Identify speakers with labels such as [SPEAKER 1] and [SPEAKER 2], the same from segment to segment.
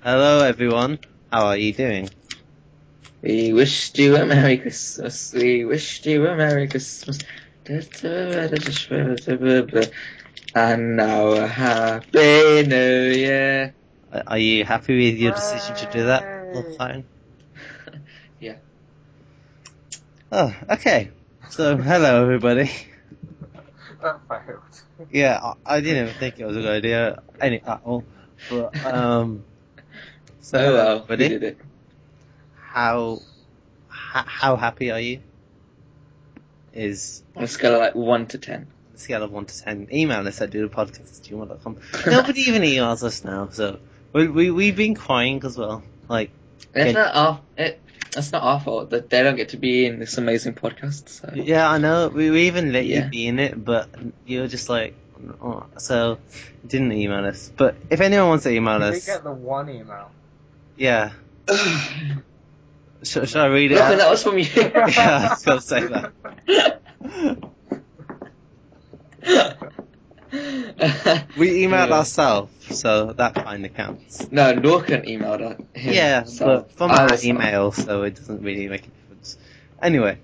[SPEAKER 1] Hello, everyone. How are you doing?
[SPEAKER 2] We wished you a Merry Christmas. We wished you a Merry Christmas. And now a Happy New Year.
[SPEAKER 1] Are are you happy with your decision to do that, Lord Tyron?
[SPEAKER 2] Yeah.
[SPEAKER 1] Oh, okay. So, hello, everybody.
[SPEAKER 2] Oh,
[SPEAKER 3] That failed.
[SPEAKER 1] Yeah, I, I didn't even think it was a good idea, any at all. But um, so
[SPEAKER 2] Oh well, we
[SPEAKER 1] everybody,
[SPEAKER 2] did it.
[SPEAKER 1] how ha- how happy are you? Is
[SPEAKER 2] On a scale of like 1 to 10.
[SPEAKER 1] on a scale of one to ten. Email us at dodopodcast@gmail.com. Nobody even emails us now, so we we we've been crying as well. Like,
[SPEAKER 2] That's not our, it, that's not our fault that they don't get to be in this amazing podcast. So.
[SPEAKER 1] yeah, I know we, we even let
[SPEAKER 2] Yeah.
[SPEAKER 1] you be in it, but you were just like, oh, so didn't email us. But if anyone wants to email
[SPEAKER 3] Did we
[SPEAKER 1] us,
[SPEAKER 3] get the one email?
[SPEAKER 1] yeah, should, should I read it?
[SPEAKER 2] Look,
[SPEAKER 1] out?
[SPEAKER 2] and that was from you.
[SPEAKER 1] Yeah, I was gonna say that. We emailed
[SPEAKER 2] Yeah.
[SPEAKER 1] ourselves, so that kind of counts.
[SPEAKER 2] No, Norcan emailed us. him,
[SPEAKER 1] Yeah,
[SPEAKER 2] so
[SPEAKER 1] but from
[SPEAKER 2] I
[SPEAKER 1] our
[SPEAKER 2] was-
[SPEAKER 1] email, so it doesn't really make a difference. Anyway,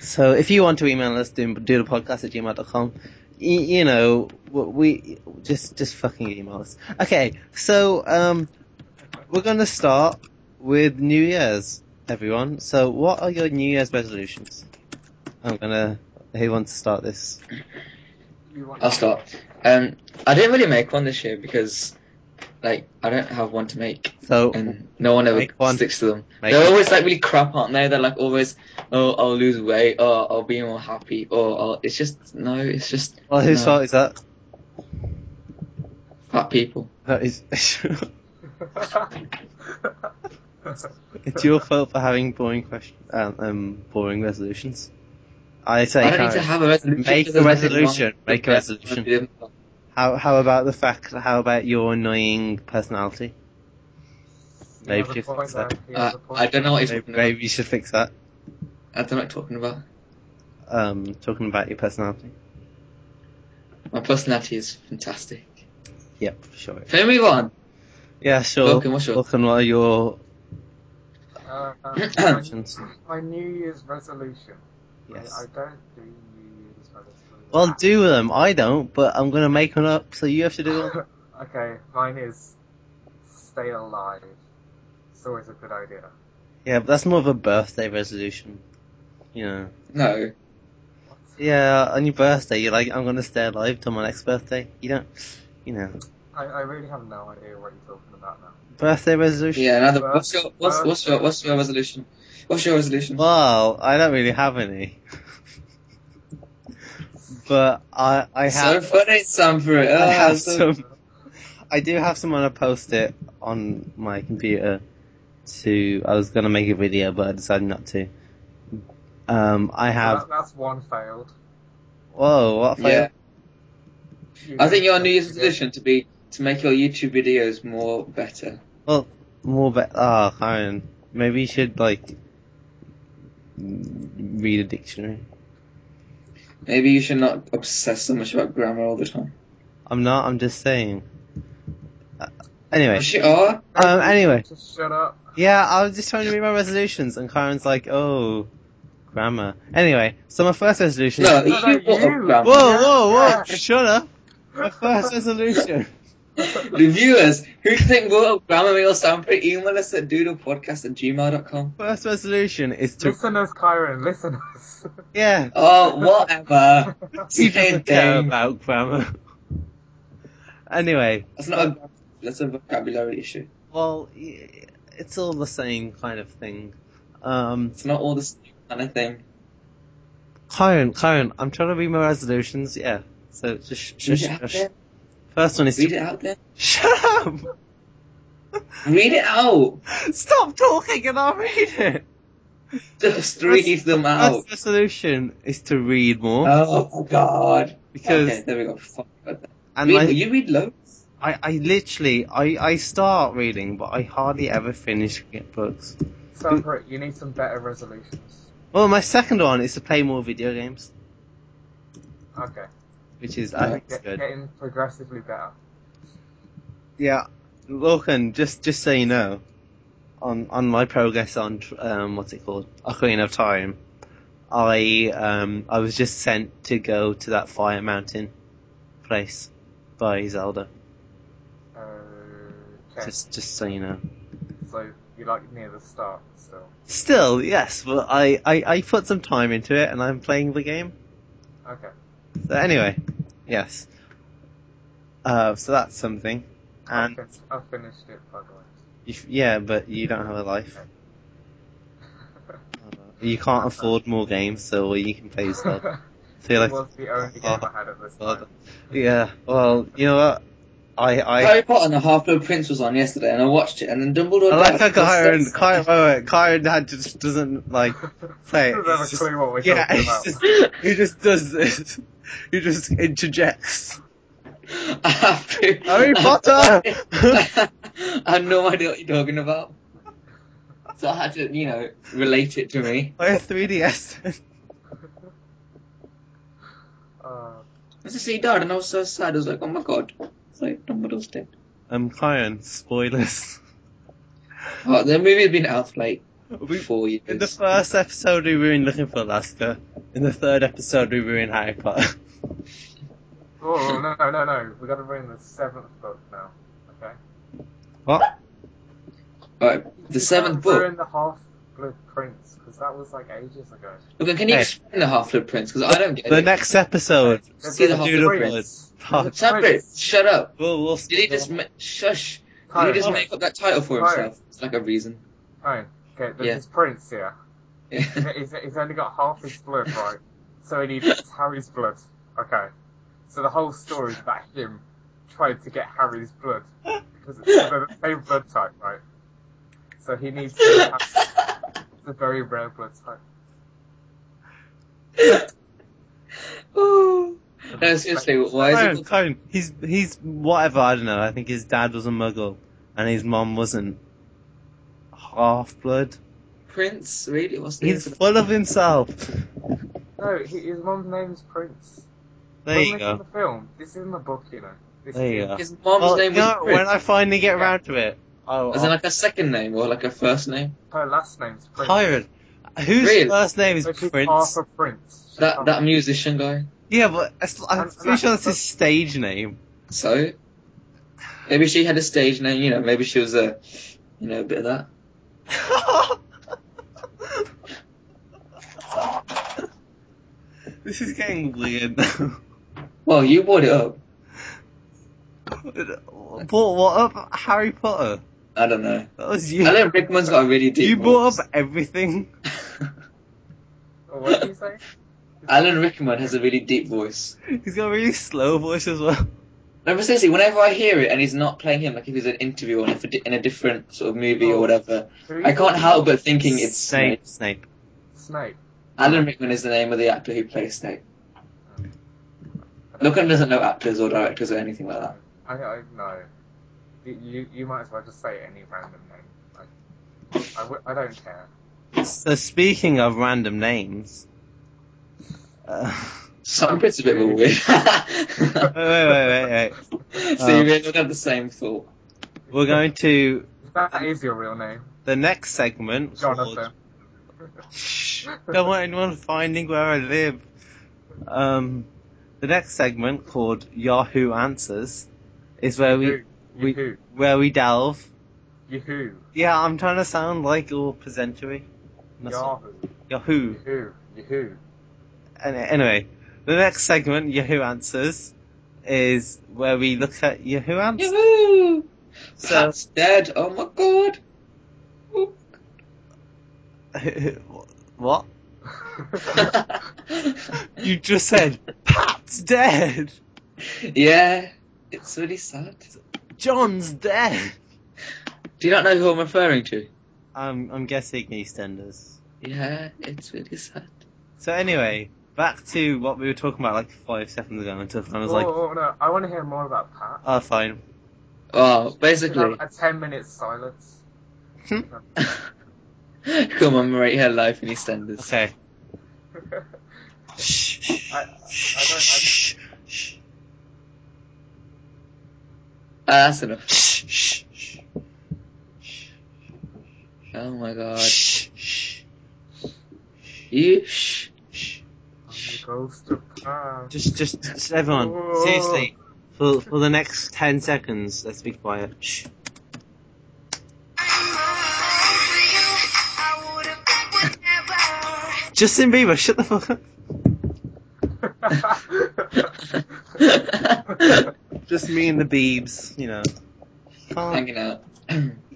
[SPEAKER 1] so if you want to email us, do, do the podcast at gmail.com. Y- you know, w- we just just fucking email us. Okay, so um, we're gonna start with New Year's, everyone. So, what are your New Year's resolutions? I'm gonna. Who wants to start this?
[SPEAKER 3] You want
[SPEAKER 2] I'll start. Um, I didn't really make one this year because, like, I don't have one to make,
[SPEAKER 1] So,
[SPEAKER 2] and no one ever
[SPEAKER 1] Make one.
[SPEAKER 2] sticks to them.
[SPEAKER 1] make-
[SPEAKER 2] They're always like really crap, aren't they? They're like always, oh, I'll lose weight, or I'll be more happy, or I'll... it's just no, it's just
[SPEAKER 1] well, whose
[SPEAKER 2] no,
[SPEAKER 1] fault is that?
[SPEAKER 2] fat people.
[SPEAKER 1] That is. It's your fault for having boring question, um, um, boring resolutions. I say,
[SPEAKER 2] I don't need to
[SPEAKER 1] Karen,
[SPEAKER 2] have a resolution.
[SPEAKER 1] Make a
[SPEAKER 2] because there's nothing wrong
[SPEAKER 1] resolution.
[SPEAKER 2] with
[SPEAKER 1] Make a
[SPEAKER 2] it.
[SPEAKER 1] resolution. how how about the fact? How about your annoying personality? Maybe
[SPEAKER 3] He has a
[SPEAKER 1] you
[SPEAKER 3] point
[SPEAKER 1] fix that.
[SPEAKER 3] there. He
[SPEAKER 2] Uh,
[SPEAKER 3] has a point.
[SPEAKER 2] I don't know what he's
[SPEAKER 1] Maybe,
[SPEAKER 2] talking about.
[SPEAKER 1] maybe you should fix that.
[SPEAKER 2] I don't know what he's talking about.
[SPEAKER 1] Um, talking about your personality.
[SPEAKER 2] My personality is fantastic.
[SPEAKER 1] Yep, sure.
[SPEAKER 2] Can we move on?
[SPEAKER 1] Yeah, sure.
[SPEAKER 2] Vulcan, what's your-
[SPEAKER 1] Vulcan, what are your
[SPEAKER 3] Uh, my,
[SPEAKER 1] options?
[SPEAKER 3] my New Year's resolution. I, I
[SPEAKER 1] Yes.
[SPEAKER 3] don't do New Year's resolutions.
[SPEAKER 1] Well, do them. I don't, but I'm gonna make one up. So you have to do one.
[SPEAKER 3] okay, mine is stay alive. It's always a good idea.
[SPEAKER 1] Yeah, but that's more of a birthday resolution. You know.
[SPEAKER 2] No.
[SPEAKER 3] What?
[SPEAKER 1] Yeah, on your birthday, you're like, I'm gonna stay alive till my next birthday. You don't, you know,
[SPEAKER 3] I, I really have no idea what you're talking about now.
[SPEAKER 1] birthday resolution.
[SPEAKER 2] Yeah. Another.
[SPEAKER 3] Well,
[SPEAKER 2] What's your what's,
[SPEAKER 3] well-
[SPEAKER 2] what's your what's your resolution? What's your resolution?
[SPEAKER 1] Well, I don't really have any, but I I
[SPEAKER 2] so
[SPEAKER 1] have
[SPEAKER 2] funny, Sam. For it.
[SPEAKER 1] I
[SPEAKER 2] Ah,
[SPEAKER 1] have
[SPEAKER 2] so-
[SPEAKER 1] some. I do have some on a post-it on my computer. To I was gonna make a video, but I decided not to. Um, I
[SPEAKER 3] Well,
[SPEAKER 1] have.
[SPEAKER 3] that, that's one failed.
[SPEAKER 1] Whoa, what? if I-
[SPEAKER 2] Yeah.
[SPEAKER 3] You
[SPEAKER 2] I think your New Year's
[SPEAKER 3] you
[SPEAKER 2] resolution to be to make your YouTube videos more better.
[SPEAKER 1] More be- Ah, Karen, maybe you should like read a dictionary.
[SPEAKER 2] Maybe you should not obsess so much about grammar all the time.
[SPEAKER 1] I'm not. I'm just saying. Uh, anyway,
[SPEAKER 2] Yes, you are.
[SPEAKER 1] um, anyway,
[SPEAKER 3] Just shut up.
[SPEAKER 1] yeah, I was just trying to read my resolutions, and Karen's like, "Oh, grammar." Anyway, so my first resolution.
[SPEAKER 2] No,
[SPEAKER 3] No, no,
[SPEAKER 2] you brought up
[SPEAKER 3] you.
[SPEAKER 1] Whoa,
[SPEAKER 2] grammar.
[SPEAKER 1] whoa, whoa!
[SPEAKER 3] Yeah.
[SPEAKER 1] Shut up. My first resolution.
[SPEAKER 2] the viewers, who do you think brought up grammar meal Sanford? Email us at doodlepodcast at gmail.com.
[SPEAKER 1] First resolution is to
[SPEAKER 3] Listeners, Kyron, listeners.
[SPEAKER 1] yeah.
[SPEAKER 2] Oh, whatever.
[SPEAKER 1] She doesn't care
[SPEAKER 2] Dang.
[SPEAKER 1] about grammar. anyway,
[SPEAKER 2] That's not a that's a vocabulary issue.
[SPEAKER 1] well, y- it's all the same kind of thing. Um,
[SPEAKER 2] It's not all this kind of thing.
[SPEAKER 1] Karen, Karen, I'm trying to read my resolutions. Yeah, so just sh-
[SPEAKER 2] Read
[SPEAKER 1] sh-
[SPEAKER 2] it out
[SPEAKER 1] sh-
[SPEAKER 2] there.
[SPEAKER 1] First one is
[SPEAKER 2] Read
[SPEAKER 1] to
[SPEAKER 2] it out there.
[SPEAKER 1] shut up.
[SPEAKER 2] Read it out.
[SPEAKER 1] Stop talking and I'll read it.
[SPEAKER 2] Just read them out.
[SPEAKER 1] First resolution is to read more
[SPEAKER 2] Oh God.
[SPEAKER 1] because
[SPEAKER 2] okay, there we go. Fuck about that.
[SPEAKER 1] and
[SPEAKER 2] Read,
[SPEAKER 1] like
[SPEAKER 2] you read loads.
[SPEAKER 1] I, I literally I I start reading but I hardly ever finish get books.
[SPEAKER 3] Separate, you need some better resolutions.
[SPEAKER 1] Well, my second one is to play more video games,
[SPEAKER 3] Okay.
[SPEAKER 1] which is I think is
[SPEAKER 3] Get,
[SPEAKER 1] good.
[SPEAKER 3] getting progressively better.
[SPEAKER 1] Yeah, Lorcan, just just so you know, on on my progress on tr- um what's it called Ocarina of Time, I um I was just sent to go to that Fire Mountain place by Zelda.
[SPEAKER 3] Okay.
[SPEAKER 1] Just just so you know.
[SPEAKER 3] So you're like near the start still.
[SPEAKER 1] Still, yes, but I, I I put some time into it and I'm playing the game.
[SPEAKER 3] Okay.
[SPEAKER 1] So anyway, yes. Uh, so that's something.
[SPEAKER 3] I
[SPEAKER 1] And
[SPEAKER 3] fin- I finished it by the
[SPEAKER 1] you, f- yeah, but you don't have a life.
[SPEAKER 3] way.
[SPEAKER 1] You can't afford more games, so all you can play is Zelda. So you're like,
[SPEAKER 3] it was the only game I had at this
[SPEAKER 1] Zelda.
[SPEAKER 3] time.
[SPEAKER 1] Yeah. Well, you know what? I I.
[SPEAKER 2] Harry Potter and the Half-Blood Prince was on yesterday, and I watched it, and then Dumbledore.
[SPEAKER 1] I like
[SPEAKER 2] died.
[SPEAKER 1] how Kyron, Kyron, wait, wait, Kyron had- just doesn't like play it.
[SPEAKER 3] Doesn't have
[SPEAKER 1] It's
[SPEAKER 3] a
[SPEAKER 1] just-
[SPEAKER 3] clue what we're
[SPEAKER 1] yeah,
[SPEAKER 3] talking
[SPEAKER 1] it's
[SPEAKER 3] about.
[SPEAKER 1] just, he just does this. He just interjects.
[SPEAKER 2] I have to-
[SPEAKER 1] Harry Potter!
[SPEAKER 2] I had no idea what you're talking about. So I had to, you know, relate it to me.
[SPEAKER 1] Play a 3DS.
[SPEAKER 3] Uh,
[SPEAKER 2] I just he died, and I was so sad. I was like, oh my god. It's like, Dumbledore's dead.
[SPEAKER 1] um, Kyron, spoilers.
[SPEAKER 2] Oh, the movie's been out for like
[SPEAKER 1] We,
[SPEAKER 2] four years.
[SPEAKER 1] in the first episode, we were in Looking for Alaska. In the third episode, we were in Harry Potter.
[SPEAKER 3] oh no no no no! We got to bring the seventh book now. Okay.
[SPEAKER 1] What?
[SPEAKER 2] Right, the seventh book.
[SPEAKER 3] We're in the Half Blood Prince because that was like ages ago.
[SPEAKER 2] Look, can you
[SPEAKER 1] Hey.
[SPEAKER 2] explain the Half-Blood Prince? Because I don't get
[SPEAKER 1] The
[SPEAKER 2] it.
[SPEAKER 1] next episode.
[SPEAKER 3] There's
[SPEAKER 2] See the
[SPEAKER 3] a
[SPEAKER 2] Half-Blood
[SPEAKER 3] prince.
[SPEAKER 1] Prince. Fuck.
[SPEAKER 3] There's a
[SPEAKER 2] Separate.
[SPEAKER 3] prince.
[SPEAKER 2] Shut up.
[SPEAKER 1] We'll, we'll
[SPEAKER 2] Did he just ma- shush? Did
[SPEAKER 3] Kyron,
[SPEAKER 2] he just
[SPEAKER 1] Right.
[SPEAKER 2] make up that title for
[SPEAKER 3] Right.
[SPEAKER 2] himself? It's like a reason.
[SPEAKER 3] Kyron, oh, Okay, there's
[SPEAKER 2] Yeah.
[SPEAKER 3] this prince here.
[SPEAKER 2] Yeah.
[SPEAKER 3] he's, he's only got half his blood, right? So he needs Harry's blood. Okay. So the whole story is about him trying to get Harry's blood because it's the same blood type, right? So he needs to have the very rare blood type.
[SPEAKER 2] oh. No, seriously, why is it
[SPEAKER 1] Kyron,
[SPEAKER 2] called
[SPEAKER 1] Kyron, he's, he's whatever, I don't know. I think his dad was a muggle and his mom wasn't. Half blood.
[SPEAKER 2] Prince? Really? What's the
[SPEAKER 1] He's
[SPEAKER 2] answer?
[SPEAKER 1] full of himself.
[SPEAKER 3] No, he, his mom's name's Prince.
[SPEAKER 1] There
[SPEAKER 3] When
[SPEAKER 1] you
[SPEAKER 3] this
[SPEAKER 1] go.
[SPEAKER 3] is the film. This is in the book, you know. This
[SPEAKER 1] There you
[SPEAKER 3] is-
[SPEAKER 1] go.
[SPEAKER 2] His mom's
[SPEAKER 1] Well,
[SPEAKER 2] name
[SPEAKER 1] you
[SPEAKER 2] was
[SPEAKER 1] know,
[SPEAKER 2] Prince.
[SPEAKER 1] when I finally get
[SPEAKER 3] Yeah.
[SPEAKER 1] round to it, I'll,
[SPEAKER 2] Is it like a second name or like a first name?
[SPEAKER 3] Her last name's Prince.
[SPEAKER 1] Kyron, whose
[SPEAKER 2] Really?
[SPEAKER 1] first name is
[SPEAKER 3] So she's
[SPEAKER 1] Prince?
[SPEAKER 3] half a prince. She's half-
[SPEAKER 2] That that musician guy.
[SPEAKER 1] Yeah, but it's- I'm
[SPEAKER 3] And-
[SPEAKER 1] pretty sure that's his stage name.
[SPEAKER 2] So maybe she had a stage name. You know, maybe she was a you know a bit of that.
[SPEAKER 1] this is getting weird now.
[SPEAKER 2] Well, you brought it up.
[SPEAKER 1] Brought what up? Harry Potter.
[SPEAKER 2] I don't know.
[SPEAKER 1] That was
[SPEAKER 2] I
[SPEAKER 1] you.
[SPEAKER 2] Alan Rickman's got a really deep.
[SPEAKER 1] You
[SPEAKER 2] voice.
[SPEAKER 1] brought up everything.
[SPEAKER 3] Oh, what did you say?
[SPEAKER 2] Alan Rickman has a really deep voice.
[SPEAKER 1] He's got a really slow voice as well.
[SPEAKER 2] No, but seriously, whenever I hear it and he's not playing him, like if he's an interview or if it- in a different sort of movie or whatever,
[SPEAKER 3] Who
[SPEAKER 2] I can't help but thinking it's Snape.
[SPEAKER 1] Snape. Snape.
[SPEAKER 3] Snape.
[SPEAKER 2] Alan Rickman is the name of the actor who plays Snape. Logan doesn't know actors or directors or anything like that.
[SPEAKER 3] I, I no. You, you you might as well just say any random name. Like, I, w- I don't care.
[SPEAKER 1] So speaking of random names. Uh,
[SPEAKER 2] Some bits a bit more weird.
[SPEAKER 1] wait, wait, wait, wait, wait.
[SPEAKER 2] so you really have the same thought.
[SPEAKER 1] We're going to
[SPEAKER 3] That is your real name,
[SPEAKER 1] the next segment.
[SPEAKER 3] Jonathan.
[SPEAKER 1] Shh, don't want anyone finding where I live. Um, the next segment called Yahoo Answers is where we
[SPEAKER 3] Yoo-hoo.
[SPEAKER 1] we-
[SPEAKER 3] Yoo-hoo.
[SPEAKER 1] where we delve.
[SPEAKER 3] Yoo-hoo.
[SPEAKER 1] Yeah, I'm trying to sound like all presentery. That's all. Yahoo.
[SPEAKER 3] Yahoo. Yoo-hoo. Yoo-hoo.
[SPEAKER 1] An- Anyway, the next segment, Yahoo Answers, is where we look at Yahoo Answers.
[SPEAKER 2] Yahoo!
[SPEAKER 1] So,
[SPEAKER 2] Pat's dead. Oh my god.
[SPEAKER 1] what? You just said Pat's dead.
[SPEAKER 2] yeah, it's really sad.
[SPEAKER 1] John's dead.
[SPEAKER 2] Do you not know who I'm referring to?
[SPEAKER 1] I'm I'm guessing EastEnders.
[SPEAKER 2] Yeah, it's really sad.
[SPEAKER 1] So anyway, back to what we were talking about like five seconds ago and stuff. And I was
[SPEAKER 3] oh,
[SPEAKER 1] like,
[SPEAKER 3] oh, no, I want to hear more about Pat.
[SPEAKER 1] oh, fine.
[SPEAKER 2] Oh,
[SPEAKER 3] Should
[SPEAKER 2] basically,
[SPEAKER 3] have A ten minute silence.
[SPEAKER 1] Hmm?
[SPEAKER 2] commemorate her life in EastEnders.
[SPEAKER 1] Okay.
[SPEAKER 3] I- I don't- I-
[SPEAKER 2] Ah, that's enough. Oh my god.
[SPEAKER 1] Shh, shh,
[SPEAKER 2] You shh.
[SPEAKER 1] shh.
[SPEAKER 3] I'm the ghost of Pan.
[SPEAKER 1] Just, just, just everyone,
[SPEAKER 3] Whoa.
[SPEAKER 1] seriously, for for the next ten seconds, let's be quiet. Shh. Justin Bieber, shut the fuck up. Just me and the Biebs, you know. Can't,
[SPEAKER 2] Hanging out.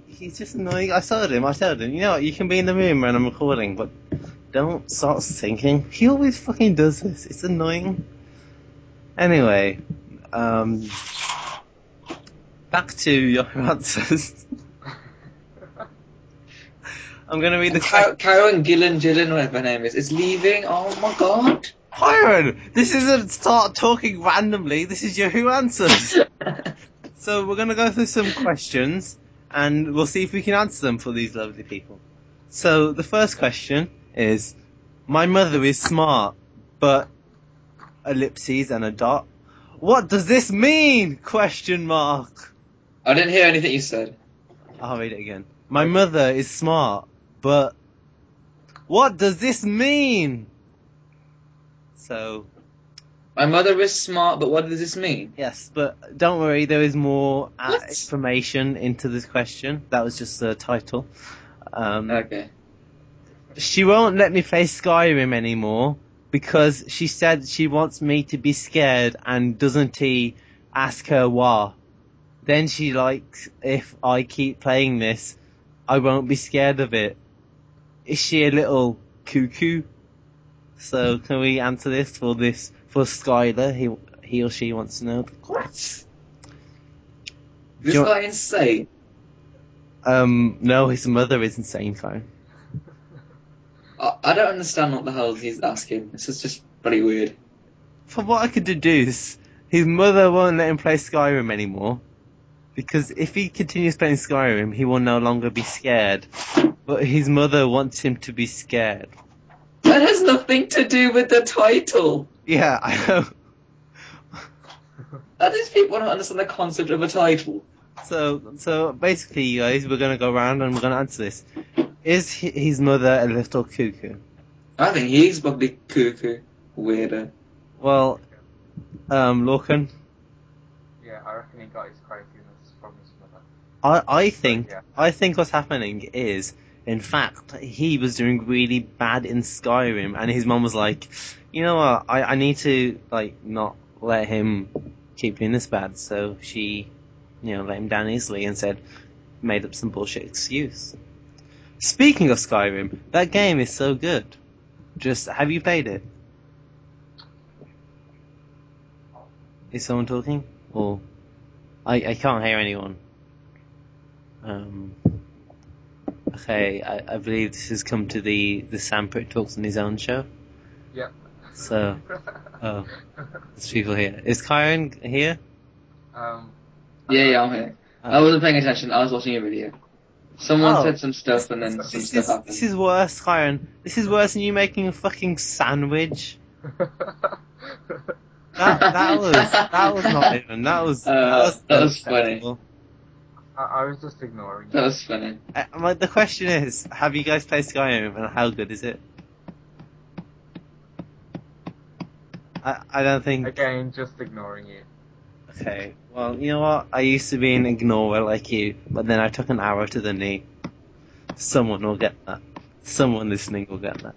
[SPEAKER 1] he's just annoying. I told him, I told him, you know what, you can be in the room when I'm recording, but don't start singing. He always fucking does this. It's annoying. Anyway, um, back to your answers. I'm gonna read the
[SPEAKER 2] Ky- Karen Gillan Gillan, whatever her name is, is leaving. Oh my god.
[SPEAKER 1] Byron, this isn't start talking randomly. This is your who answers. so we're gonna go through some questions, and we'll see if we can answer them for these lovely people. So the first question is, my mother is smart, but ellipses and a dot. What does this mean? Question mark.
[SPEAKER 2] I didn't hear anything you said.
[SPEAKER 1] I'll read it again. My mother is smart, but what does this mean? So
[SPEAKER 2] My mother is smart, but what does this mean?
[SPEAKER 1] Yes, but don't worry, there is more uh,
[SPEAKER 2] What?
[SPEAKER 1] information into this question. That was just the title. Um,
[SPEAKER 2] Okay.
[SPEAKER 1] She won't let me play Skyrim anymore because she said she wants me to be scared and doesn't he ask her why. Then she likes if I keep playing this, I won't be scared of it. Is she a little cuckoo? So can we answer this for this for Skyler? He he or she wants to know.
[SPEAKER 2] What? This
[SPEAKER 1] you-
[SPEAKER 2] guy insane.
[SPEAKER 1] Um, no, his mother is insane, Karen.
[SPEAKER 2] I, I don't understand what the hell he's asking. This is just pretty weird.
[SPEAKER 1] From what I could deduce, his mother won't let him play Skyrim anymore. Because if he continues playing Skyrim, he will no longer be scared. But his mother wants him to be scared.
[SPEAKER 2] That has nothing to do with the title.
[SPEAKER 1] Yeah, I know.
[SPEAKER 2] That is people don't understand the concept of a title.
[SPEAKER 1] So, so basically, you guys, we're gonna go around and we're gonna answer this. Is hi- his mother a little cuckoo?
[SPEAKER 2] I think he's probably cuckoo, weirdo.
[SPEAKER 1] Well, um, Lorcan,
[SPEAKER 3] yeah, I reckon he got his craziness from his mother.
[SPEAKER 1] I, I think
[SPEAKER 3] Yeah.
[SPEAKER 1] I think what's happening is, in fact, he was doing really bad in Skyrim, and his mom was like, you know what, I, I need to like not let him keep doing this bad. So she, you know, let him down easily and said, made up some bullshit excuse. Speaking of Skyrim, that game is so good. Just have you played it? Is someone talking? Or I I can't hear anyone. Um, okay, I, I believe this has come to the the Samprit talks on his own show.
[SPEAKER 3] Yep.
[SPEAKER 1] So, oh. There's people here. Is Kyron here? Uh,
[SPEAKER 3] um,
[SPEAKER 2] Yeah, yeah, I'm here. I wasn't paying attention. I was watching a video. Someone
[SPEAKER 1] Oh.
[SPEAKER 2] said some stuff and then some
[SPEAKER 1] This
[SPEAKER 2] stuff
[SPEAKER 1] is,
[SPEAKER 2] happened.
[SPEAKER 1] this is worse, Kyron. This is worse than you making a fucking sandwich. That that was that was not even that was
[SPEAKER 2] Uh,
[SPEAKER 1] that was,
[SPEAKER 2] that was funny.
[SPEAKER 1] unacceptable.
[SPEAKER 3] I, I was just ignoring
[SPEAKER 2] That
[SPEAKER 3] you.
[SPEAKER 2] was funny.
[SPEAKER 1] Uh, my- the question is, have you guys played Skyrim and how good is it? I I don't think
[SPEAKER 3] Again, just ignoring you.
[SPEAKER 1] Okay. Well, you know what? I used to be an ignorer like you, but then I took an arrow to the knee. Someone will get that. Someone listening will get that.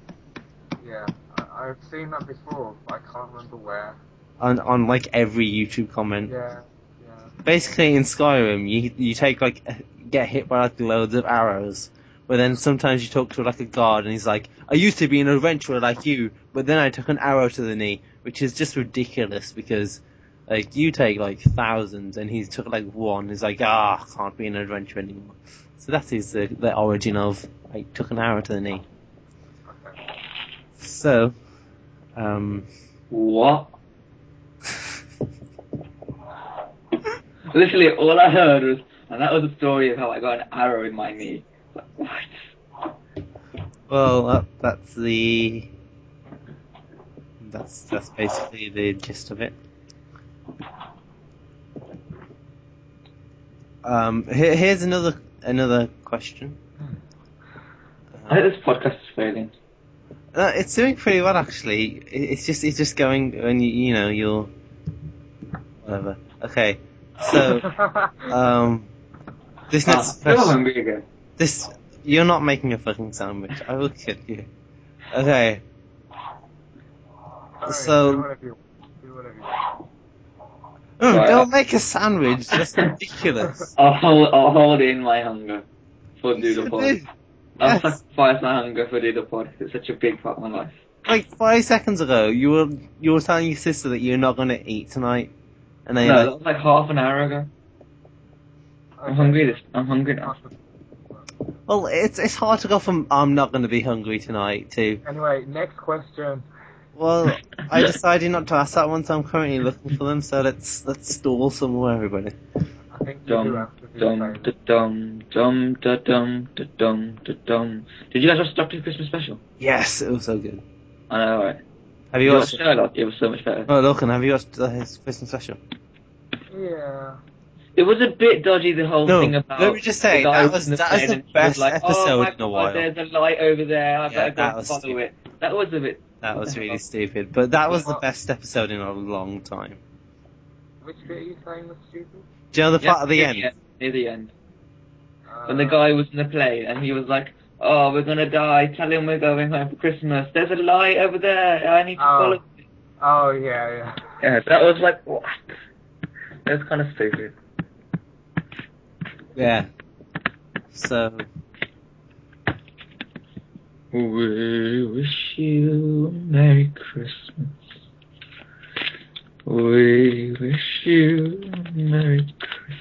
[SPEAKER 3] Yeah, I, I've seen that before, but I can't remember where.
[SPEAKER 1] On on like every YouTube comment.
[SPEAKER 3] Yeah, yeah.
[SPEAKER 1] Basically, in Skyrim, you you take like get hit by like loads of arrows, but then sometimes you talk to like a guard and he's like, "I used to be an adventurer like you, but then I took an arrow to the knee," which is just ridiculous because. Like you take like thousands, and he took like one. He's like, ah, can't be an adventurer anymore. So that is the, the origin of I took an arrow to the knee.
[SPEAKER 3] Okay.
[SPEAKER 1] So, um,
[SPEAKER 2] What? Literally, all I heard was, and that was a story of how I got an arrow in my knee. Like, what?
[SPEAKER 1] Oh. well, that, that's the that's that's basically the gist of it. Um, here, here's another another question.
[SPEAKER 2] I think this podcast is failing.
[SPEAKER 1] Uh, it's doing pretty well actually. It- It's just it's just going and you, you know you're whatever. Okay, so um, this
[SPEAKER 2] Ah,
[SPEAKER 1] next
[SPEAKER 2] still
[SPEAKER 1] question,
[SPEAKER 2] hungry again.
[SPEAKER 1] this you're not making a fucking sandwich. I will kill you. Okay,
[SPEAKER 3] Sorry,
[SPEAKER 1] so-
[SPEAKER 3] do whatever you want. Do whatever you want.
[SPEAKER 1] Mm,
[SPEAKER 2] Right.
[SPEAKER 1] don't make a sandwich. That's ridiculous.
[SPEAKER 2] I'll hold, I'll hold in my hunger for Doodle Pod. I'll
[SPEAKER 1] Yes.
[SPEAKER 2] sacrifice my hunger for Doodle Pod. It's such a big part of my life.
[SPEAKER 1] Like five seconds ago, you were you were telling your sister that you're not going to eat tonight, and then
[SPEAKER 2] no,
[SPEAKER 1] you're
[SPEAKER 2] that
[SPEAKER 1] like,
[SPEAKER 2] was like half an hour ago. I'm hungry. This, I'm hungry now.
[SPEAKER 1] well, it's it's hard to go from I'm not going to be hungry tonight to
[SPEAKER 3] Anyway, next question.
[SPEAKER 1] well, I decided not to ask that one, so I'm currently looking for them. So let's let's stall somewhere, everybody.
[SPEAKER 3] I think you do
[SPEAKER 2] Dum
[SPEAKER 3] have
[SPEAKER 2] dum
[SPEAKER 3] to do the
[SPEAKER 2] da dum dum da dum da dum da dum. Did you guys watch Doctor Who Christmas special?
[SPEAKER 1] Yes, it was so good.
[SPEAKER 2] I know, right?
[SPEAKER 1] Have
[SPEAKER 2] You,
[SPEAKER 1] you
[SPEAKER 2] watched
[SPEAKER 1] watched?
[SPEAKER 2] Sherlock? It was so much better.
[SPEAKER 1] Oh, Logan, have you watched uh, his Christmas special?
[SPEAKER 3] same. Yeah.
[SPEAKER 2] It was a bit dodgy the whole
[SPEAKER 1] No,
[SPEAKER 2] thing about.
[SPEAKER 1] let me just say,
[SPEAKER 2] the guy
[SPEAKER 1] that
[SPEAKER 2] who
[SPEAKER 1] was-
[SPEAKER 2] in
[SPEAKER 1] that is
[SPEAKER 2] bed
[SPEAKER 1] the
[SPEAKER 2] and he was
[SPEAKER 1] best
[SPEAKER 2] like, oh,
[SPEAKER 1] episode
[SPEAKER 2] my
[SPEAKER 1] in a
[SPEAKER 2] God,
[SPEAKER 1] while."
[SPEAKER 2] There's a light over there. I
[SPEAKER 1] Yeah,
[SPEAKER 2] better go
[SPEAKER 1] that
[SPEAKER 2] and
[SPEAKER 1] was
[SPEAKER 2] follow
[SPEAKER 1] stupid.
[SPEAKER 2] it. That was a bit.
[SPEAKER 1] That was really stupid, but that was the
[SPEAKER 3] Well-
[SPEAKER 1] best episode in a long time.
[SPEAKER 3] Which bit are you saying was stupid?
[SPEAKER 1] Do you know the
[SPEAKER 2] Yeah,
[SPEAKER 1] part at the
[SPEAKER 2] near
[SPEAKER 1] end?
[SPEAKER 2] Near the end,
[SPEAKER 3] Uh,
[SPEAKER 2] when the guy was in the plane and he was like, "Oh, we're gonna die. Tell him we're going home for Christmas. There's a light over there. I need to
[SPEAKER 3] Oh.
[SPEAKER 2] follow." it."
[SPEAKER 3] Oh yeah, yeah.
[SPEAKER 2] Yeah, that was like what? That was kind of stupid.
[SPEAKER 1] Yeah. So
[SPEAKER 2] We wish you a Merry Christmas. We wish you a Merry Christmas.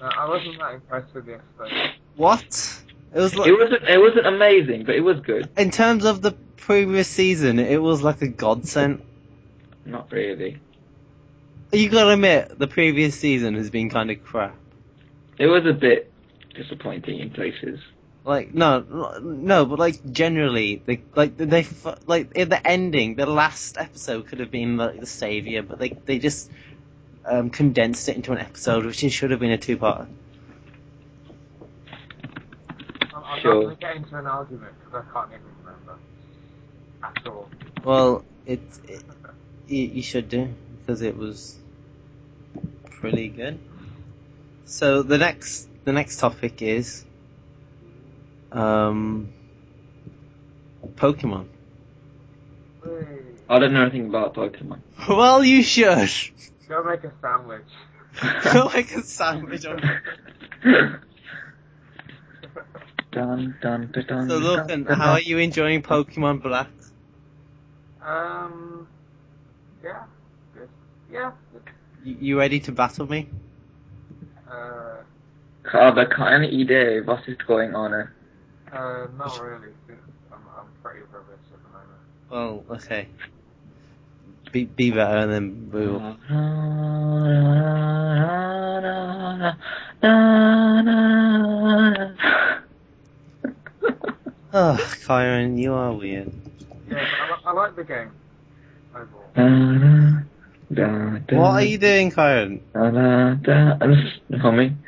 [SPEAKER 3] No, I wasn't that impressed with the episode.
[SPEAKER 1] what? It was like
[SPEAKER 2] It wasn't. It wasn't amazing, but it was good.
[SPEAKER 1] in terms of the previous season, it was like a godsend.
[SPEAKER 2] Not really.
[SPEAKER 1] You gotta admit, the previous season has been kind of crap.
[SPEAKER 2] It was a bit disappointing in places.
[SPEAKER 1] Like no, no, but like generally, they like they fu- like in the ending, the last episode could have been like the savior, but they they just um, condensed it into an episode, which it should have been a two part.
[SPEAKER 3] I'm, I'm
[SPEAKER 2] Sure.
[SPEAKER 3] not going to get into an argument because I can't even remember at all.
[SPEAKER 1] Well, it, it you, you should do because it was pretty good. So the next the next topic is um Pokemon.
[SPEAKER 3] Wait.
[SPEAKER 2] I don't know anything about Pokemon.
[SPEAKER 1] Well, you should
[SPEAKER 3] Go make a sandwich.
[SPEAKER 1] go like a sandwich. On.
[SPEAKER 2] dun, dun, dun, dun,
[SPEAKER 1] So, Logan,
[SPEAKER 2] dun,
[SPEAKER 1] how are you enjoying Pokemon Black?
[SPEAKER 3] um, yeah, good. Yeah, good.
[SPEAKER 1] You, you ready to battle me?
[SPEAKER 3] Uh,
[SPEAKER 2] Aber keine Idee, was ist going on.
[SPEAKER 3] uh, not really. 'cause I'm, I'm pretty rubbish at the moment.
[SPEAKER 1] Well, okay. Be be better, and then we will. Oh, Kyron, you are weird.
[SPEAKER 3] Yeah, but I, li- I like the game overall.
[SPEAKER 1] What are you doing, Kyron?
[SPEAKER 2] Da da da, I'm just humming.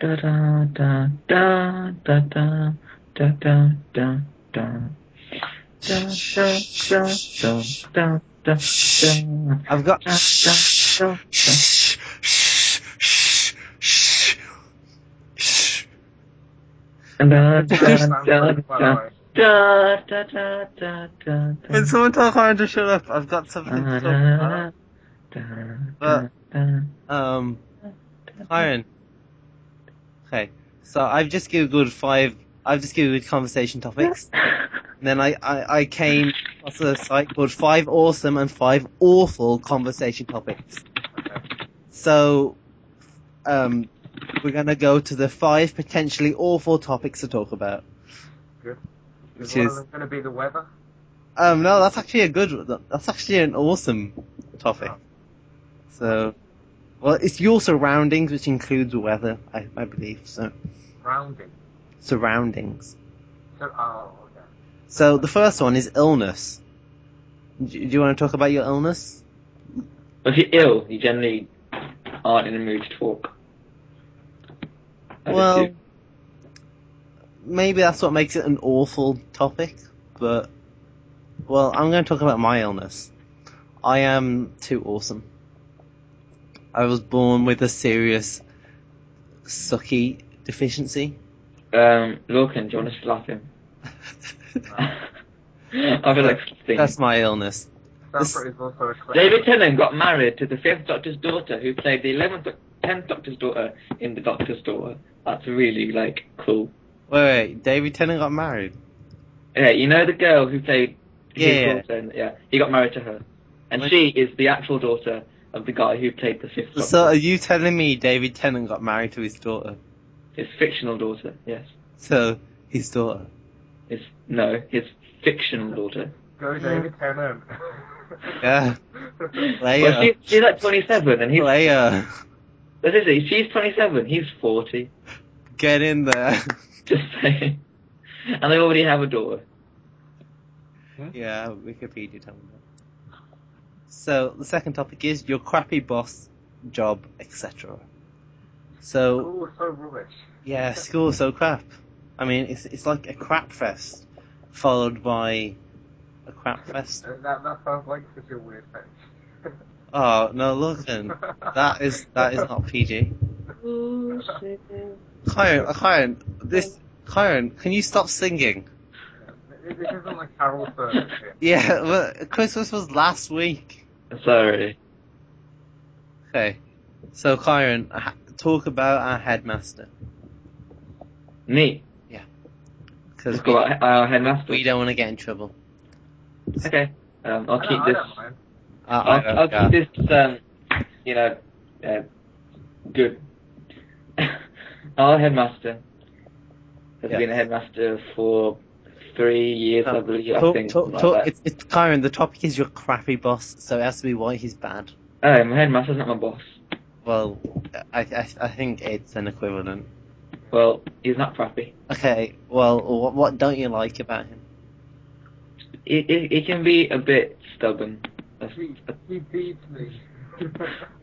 [SPEAKER 2] Da da da da da da da da da da. Da, da, da, da, da, da, da.
[SPEAKER 1] I've got.
[SPEAKER 2] Da, da, da, da. Da, da,
[SPEAKER 3] Sounds
[SPEAKER 2] da,
[SPEAKER 3] pretty, by the
[SPEAKER 2] da.
[SPEAKER 3] way.
[SPEAKER 2] Da, da, da, da, da, da.
[SPEAKER 1] Can someone tell Kyron to shut up? I've got
[SPEAKER 2] Da,
[SPEAKER 1] something to talk
[SPEAKER 2] da,
[SPEAKER 1] about.
[SPEAKER 2] da,
[SPEAKER 1] Uh,
[SPEAKER 2] da, da.
[SPEAKER 1] Um, Kyron. Okay, so I've just googled five. I've just googled conversation topics. And then I, I, I came across a site called Five Awesome and Five Awful Conversation Topics. So, um, we're gonna go to the five potentially awful topics to talk about.
[SPEAKER 3] Is
[SPEAKER 1] Which
[SPEAKER 3] one
[SPEAKER 1] is-
[SPEAKER 3] of them going to be the weather?
[SPEAKER 1] Um, no, that's actually a good, that's actually an awesome topic.
[SPEAKER 3] Oh.
[SPEAKER 1] So, well, it's your surroundings, which includes weather, I, I believe, so,
[SPEAKER 3] Rounding.
[SPEAKER 1] surroundings.
[SPEAKER 3] So, oh, okay.
[SPEAKER 1] So the first one is illness. Do, do you want to talk about your illness?
[SPEAKER 2] If you're ill, you generally aren't in the mood to talk. That is
[SPEAKER 1] Well,
[SPEAKER 2] you.
[SPEAKER 1] maybe that's what makes it an awful topic, but well, I'm going to talk about my illness. I am too awesome. I was born with a serious sucky deficiency.
[SPEAKER 2] Um, Lorcan, do you want to slap him? I feel like slapping.
[SPEAKER 1] That's my illness. This-
[SPEAKER 3] Sanford is also a clip.
[SPEAKER 2] David Tennant got married to the fifth Doctor's daughter, who played the eleventh, tenth Doctor's daughter in the Doctor's daughter. That's really like cool.
[SPEAKER 1] Wait, wait, David Tennant got married.
[SPEAKER 2] Yeah, you know the girl who played his
[SPEAKER 1] Yeah, yeah.
[SPEAKER 2] daughter. in- yeah, he got married to her, and
[SPEAKER 1] Wait.
[SPEAKER 2] she is the actual daughter of the guy who played the fifth Doctor.
[SPEAKER 1] So are you telling me David Tennant got married to his daughter?
[SPEAKER 2] his fictional daughter. Yes,
[SPEAKER 1] So his daughter.
[SPEAKER 2] his no, his fictional daughter.
[SPEAKER 3] Go David Tennant.
[SPEAKER 1] Yeah. Player.
[SPEAKER 2] Well, she's, she's like 27, and he's
[SPEAKER 1] Player.
[SPEAKER 2] this is it. She's 27, he's 40.
[SPEAKER 1] Get in there.
[SPEAKER 2] Just saying, and they already have a daughter.
[SPEAKER 1] yeah, Wikipedia told me that. So the second topic is your crappy boss, job, etc. So
[SPEAKER 3] Ooh, so rubbish.
[SPEAKER 1] Yeah, school's so crap. I mean, it's it's like a crap fest, followed by a crap fest.
[SPEAKER 3] Uh, That, that sounds like such a weird thing.
[SPEAKER 1] Oh no, Logan, that is that is not PG. Kyron, Kyron, uh, this Kyron, can you stop singing?
[SPEAKER 3] This isn't like Carol Service here.
[SPEAKER 1] Yeah, well, Christmas was last week.
[SPEAKER 2] Sorry.
[SPEAKER 1] Okay, so Kyron, ha- talk about our headmaster
[SPEAKER 2] Me.
[SPEAKER 1] because
[SPEAKER 2] Let's go
[SPEAKER 1] we,
[SPEAKER 2] out- our headmaster.
[SPEAKER 1] we don't want to get in trouble.
[SPEAKER 2] Okay. Um, I'll
[SPEAKER 3] I
[SPEAKER 2] keep
[SPEAKER 3] don't, I
[SPEAKER 2] this.
[SPEAKER 3] don't mind.
[SPEAKER 1] I-
[SPEAKER 2] Uh, I'll,
[SPEAKER 1] I
[SPEAKER 2] I'll
[SPEAKER 1] don't care.
[SPEAKER 2] keep this. Um, you know, uh, good. our headmaster has
[SPEAKER 1] Yeah.
[SPEAKER 2] been a headmaster for three years, I
[SPEAKER 1] No,
[SPEAKER 2] believe. I
[SPEAKER 1] Um, Talk,
[SPEAKER 2] think.
[SPEAKER 1] talk,
[SPEAKER 2] something like
[SPEAKER 1] talk,
[SPEAKER 2] that.
[SPEAKER 1] it's, it's Kyron. The topic is your crappy boss, so it has to be why he's bad.
[SPEAKER 2] Oh, my headmaster's not my boss.
[SPEAKER 1] Well, I, I I think it's an equivalent.
[SPEAKER 2] Well, he's not crappy.
[SPEAKER 1] Okay, well, what, what don't you like about him?
[SPEAKER 2] He, he, he can be a bit stubborn. That's-
[SPEAKER 3] He, he beats me.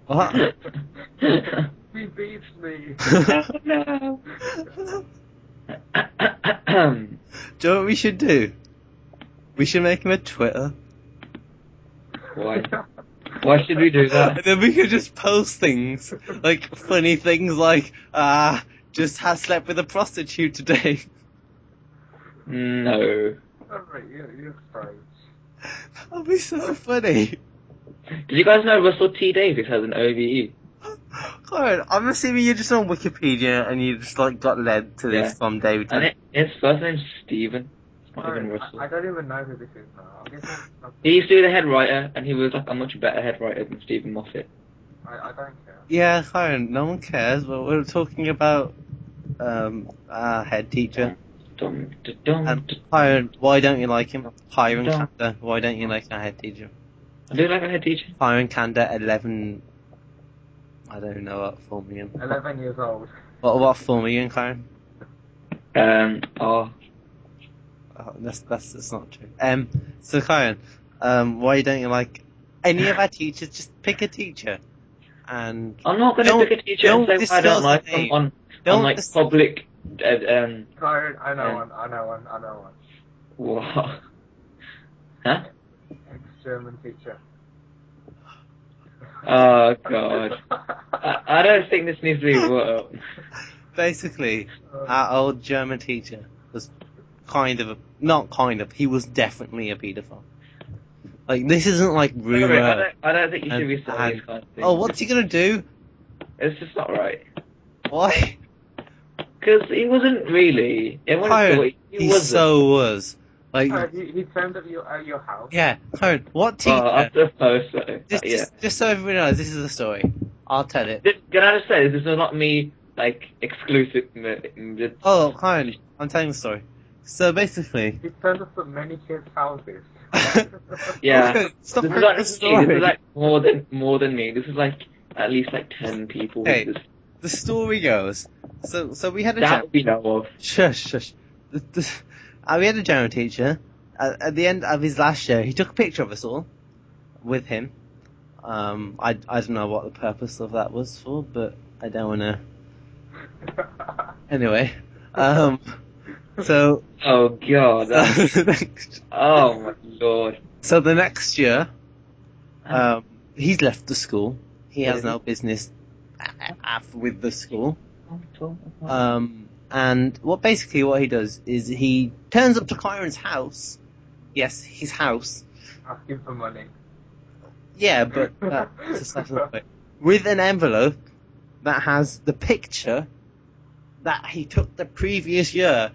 [SPEAKER 1] What?
[SPEAKER 3] he beats me.
[SPEAKER 2] no.
[SPEAKER 1] Do you know what we should do? We should make him a Twitter.
[SPEAKER 2] Why? Why should we do
[SPEAKER 1] And
[SPEAKER 2] that?
[SPEAKER 1] then we could just post things, like funny things like, ah, just has slept with a prostitute today.
[SPEAKER 2] No.
[SPEAKER 3] Alright, you're, you're strange.
[SPEAKER 1] That'll be so funny.
[SPEAKER 2] Did you guys know Russell T Davies has an E? OVE?
[SPEAKER 1] Alright, I'm assuming you're just on Wikipedia and you just like got led to this
[SPEAKER 2] Yeah.
[SPEAKER 1] from David.
[SPEAKER 2] And
[SPEAKER 1] Tennant.
[SPEAKER 2] it, his first name's Stephen. It's not even
[SPEAKER 3] Sorry,
[SPEAKER 2] Russell.
[SPEAKER 3] I, I don't even know who this is now. I, guess I'm-
[SPEAKER 2] He used to be the head writer, and he was like a much better head writer than Stephen Moffat.
[SPEAKER 3] I, I don't care.
[SPEAKER 1] Yeah, Karen, no one cares, but we're talking about um, our head teacher.
[SPEAKER 2] Dum, da, dum,
[SPEAKER 1] And
[SPEAKER 2] da.
[SPEAKER 1] Karen, why don't you like him? Hiring
[SPEAKER 2] Yeah.
[SPEAKER 1] Kanda, why don't you like our head teacher?
[SPEAKER 2] I do like a head teacher.
[SPEAKER 1] Hiring Kanda, 11. I don't know what form are you in.
[SPEAKER 3] 11 years old.
[SPEAKER 1] What, what form are you in, Karen?
[SPEAKER 2] Um, oh,
[SPEAKER 1] Oh, that's, that's, that's not true. Um, so, Karen, um, why don't you like any of our teachers? Just pick a teacher. And
[SPEAKER 2] I'm not going to
[SPEAKER 1] Don't-
[SPEAKER 2] pick a teacher and
[SPEAKER 1] don't
[SPEAKER 2] say why I
[SPEAKER 1] discuss
[SPEAKER 2] don't like
[SPEAKER 1] the name.
[SPEAKER 2] them on,
[SPEAKER 1] don't.
[SPEAKER 2] on like
[SPEAKER 1] dis-
[SPEAKER 2] public. Uh, um,
[SPEAKER 3] Karen, I know
[SPEAKER 2] Yeah.
[SPEAKER 3] one, I know one, I know one.
[SPEAKER 2] wow. Huh?
[SPEAKER 3] Ex-German teacher.
[SPEAKER 2] Oh god.
[SPEAKER 3] Uh,
[SPEAKER 2] I, I don't think this needs to be brought up.
[SPEAKER 1] basically, our old German teacher was kind of a, not kind of, he was definitely a paedophile. Like, this isn't like
[SPEAKER 2] Sorry, I
[SPEAKER 1] rumor.
[SPEAKER 2] don't, I don't think you should
[SPEAKER 1] And-
[SPEAKER 2] be saying
[SPEAKER 1] and-
[SPEAKER 2] these kind of things.
[SPEAKER 1] Oh, what's he gonna do?
[SPEAKER 2] It's just not right.
[SPEAKER 1] Why?
[SPEAKER 2] Because he wasn't really. Everyone
[SPEAKER 1] Karen,
[SPEAKER 2] thought he, he
[SPEAKER 1] He
[SPEAKER 2] wasn't. Uh,
[SPEAKER 1] so was. Like,
[SPEAKER 3] Uh, he, he turned up your, at your house.
[SPEAKER 1] yeah, Karen, what
[SPEAKER 2] Oh,
[SPEAKER 1] teacher?
[SPEAKER 2] I suppose so. uh,
[SPEAKER 1] just,
[SPEAKER 2] yeah.
[SPEAKER 1] just, just so everyone knows, this is the story. I'll tell it.
[SPEAKER 2] This, can I just say, this is not me, like, exclusive. m- m-
[SPEAKER 1] Oh, Karen, I'm telling the story. So basically,
[SPEAKER 3] He turned up at many kids' houses.
[SPEAKER 2] Yeah.
[SPEAKER 1] Okay, stop
[SPEAKER 2] this is
[SPEAKER 1] with
[SPEAKER 2] not
[SPEAKER 1] the
[SPEAKER 2] just me. This
[SPEAKER 1] story.
[SPEAKER 2] is like more than more than me. This is like at least like ten people.
[SPEAKER 1] Hey,
[SPEAKER 2] This-
[SPEAKER 1] the story goes. So, so we had a chat.
[SPEAKER 2] that we know of.
[SPEAKER 1] Shush, shush. The- the- uh, we had a general teacher. At, at the end of his last show, he took a picture of us all with him. Um, I, I don't know what the purpose of that was for, but I don't want to. Anyway, um, So,
[SPEAKER 2] Oh god. That's,
[SPEAKER 1] so the next-
[SPEAKER 2] oh my lord.
[SPEAKER 1] so the next year, um, he's left the school. He has no business with the school. Um, and what basically what he does is he turns up to Kyron's house. Yes, his house.
[SPEAKER 3] Asking for money.
[SPEAKER 1] Yeah, but uh, it's a slice of the way. with an envelope that has the picture that he took the previous year,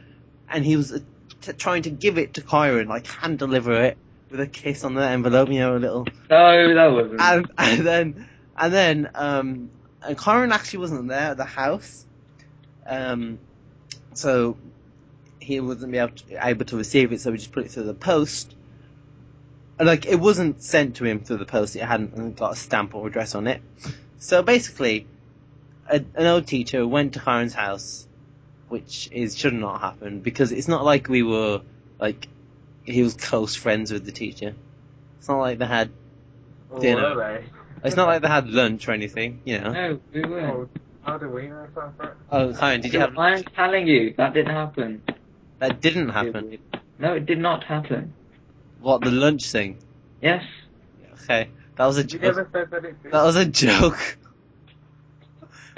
[SPEAKER 1] and he was uh, t- trying to give it to Kyron, like hand deliver it with a kiss on the envelope, you know, a little
[SPEAKER 2] no, that wasn't.
[SPEAKER 1] and, and then and then um and Kyron actually wasn't there at the house, um, so he wasn't be able to, able to receive it. So we just put it through the post. And, Like it wasn't sent to him through the post; it hadn't got a stamp or address on it. So basically, a, an old teacher went to Kyron's house, which is should not happen because it's not like we were like he was close friends with the teacher. It's not like they had
[SPEAKER 3] Or
[SPEAKER 1] Dinner.
[SPEAKER 3] were they?
[SPEAKER 1] it's not like they had lunch or anything, you know.
[SPEAKER 2] no, we weren't.
[SPEAKER 3] Oh, how do we know that?
[SPEAKER 1] Oh, Simon, did you have
[SPEAKER 2] I'm telling you, that didn't happen.
[SPEAKER 1] that didn't happen?
[SPEAKER 2] No, it did not happen.
[SPEAKER 1] What the lunch thing?
[SPEAKER 2] Yes.
[SPEAKER 1] Okay, that was a
[SPEAKER 3] You
[SPEAKER 1] joke.
[SPEAKER 3] never said that it did.
[SPEAKER 1] That was a joke.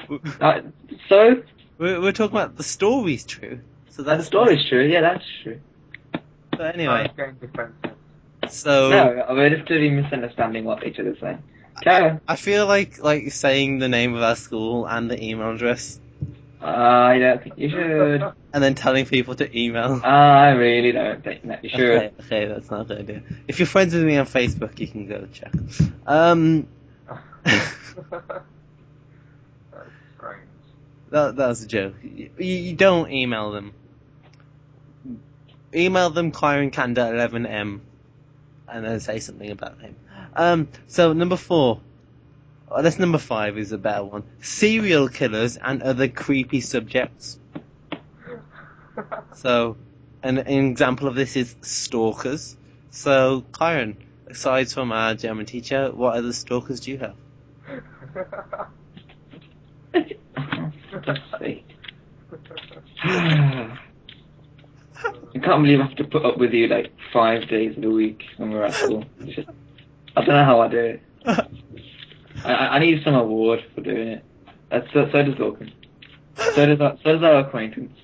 [SPEAKER 2] Uh, so,
[SPEAKER 1] We're, we're talking about the story's true, so
[SPEAKER 2] that
[SPEAKER 1] that's
[SPEAKER 2] the story's true. Yeah, that's true.
[SPEAKER 1] So anyway,
[SPEAKER 3] I'm getting defensive.
[SPEAKER 1] so
[SPEAKER 2] No, we're just really misunderstanding what each other's saying. Karen,
[SPEAKER 1] I feel like like saying the name of our school and the email address,
[SPEAKER 2] I don't think you should.
[SPEAKER 1] and then telling people to email.
[SPEAKER 2] I really don't think that Uh, you should.
[SPEAKER 1] Okay, okay, that's not a good idea. If you're friends with me on Facebook, you can go check. Um,
[SPEAKER 3] That's strange.
[SPEAKER 1] That that was a joke. You, you don't email them. Email them Kyron Kanda eleven M, and then say something about him. Um. So number four. Oh, that's number five is a better one. Serial killers and other creepy subjects. So, an, an example of this is stalkers. So, Kyron, aside from our German teacher, what other stalkers do you have?
[SPEAKER 2] Let's see. I can't believe I have to put up with you like five days of the week when we're at school. It's just, I don't know how I do it. I, I I need some award for doing it. That's, so, so does Lorcan. So does our, so does our acquaintance.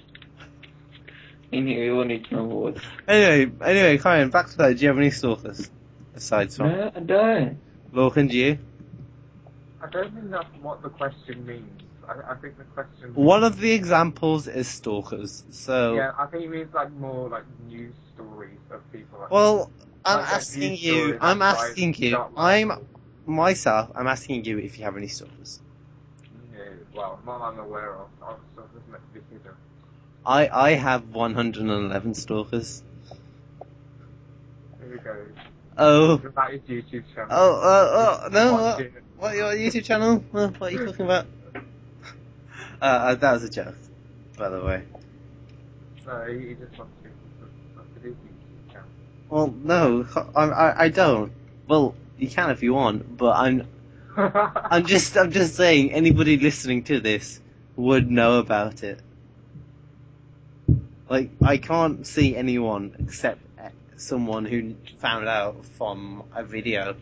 [SPEAKER 2] In here, we all need some awards.
[SPEAKER 1] Anyway, anyway, Kyron, back to that. Do you have any stalkers aside from?
[SPEAKER 2] No, I don't.
[SPEAKER 1] Lorcan, do you?
[SPEAKER 3] I don't think that's what the question means. I, I think the question.
[SPEAKER 1] One of the examples is stalkers. So,
[SPEAKER 3] Yeah, I think it means like more like news stories of people. Like,
[SPEAKER 1] well, I'm
[SPEAKER 3] like, a
[SPEAKER 1] asking
[SPEAKER 3] news
[SPEAKER 1] you.
[SPEAKER 3] story
[SPEAKER 1] I'm
[SPEAKER 3] that's, like,
[SPEAKER 1] asking you.
[SPEAKER 3] not, like,
[SPEAKER 1] I'm myself. I'm asking you if you have any stalkers.
[SPEAKER 3] new. Well, not I'm aware of. I was sort of meant to be hidden.
[SPEAKER 1] I I have 111 stalkers.
[SPEAKER 3] Here we go.
[SPEAKER 1] Oh,
[SPEAKER 3] That is YouTube channel.
[SPEAKER 1] oh, oh, oh no!
[SPEAKER 3] One,
[SPEAKER 1] What,
[SPEAKER 3] two.
[SPEAKER 1] what your YouTube channel? Uh, What are you talking about? Uh, uh, that was a joke, by the way.
[SPEAKER 3] No, he he just wants to, wants to do YouTube channel.
[SPEAKER 1] Well, no, I I, I don't. Well, you can if you want, but I'm I'm just I'm just saying anybody listening to this would know about it. Like I can't see anyone except eh, someone who found out from a video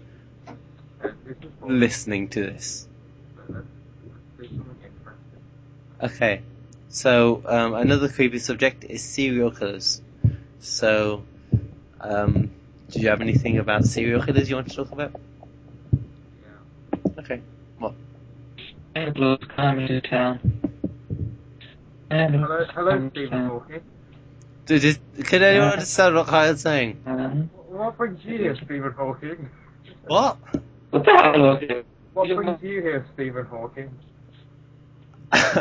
[SPEAKER 3] Uh, this is what-
[SPEAKER 1] listening to this.
[SPEAKER 3] let's do something interesting.
[SPEAKER 1] Okay, so um, another creepy subject is serial killers. So, um, do you have anything about serial killers you want to talk about?
[SPEAKER 3] Yeah.
[SPEAKER 1] Okay.
[SPEAKER 2] Hey, Lord, come into town. Hey, Lord,
[SPEAKER 3] Hello,
[SPEAKER 2] come
[SPEAKER 3] hello,
[SPEAKER 2] to
[SPEAKER 3] Stephen
[SPEAKER 2] town.
[SPEAKER 3] Hawking.
[SPEAKER 1] Dude, just, could anyone understand what Kyle's saying?
[SPEAKER 2] Um,
[SPEAKER 3] What brings you here, Stephen Hawking?
[SPEAKER 1] What?
[SPEAKER 2] What the hell, Lord?
[SPEAKER 3] What brings you here, Stephen Hawking?
[SPEAKER 1] Eh?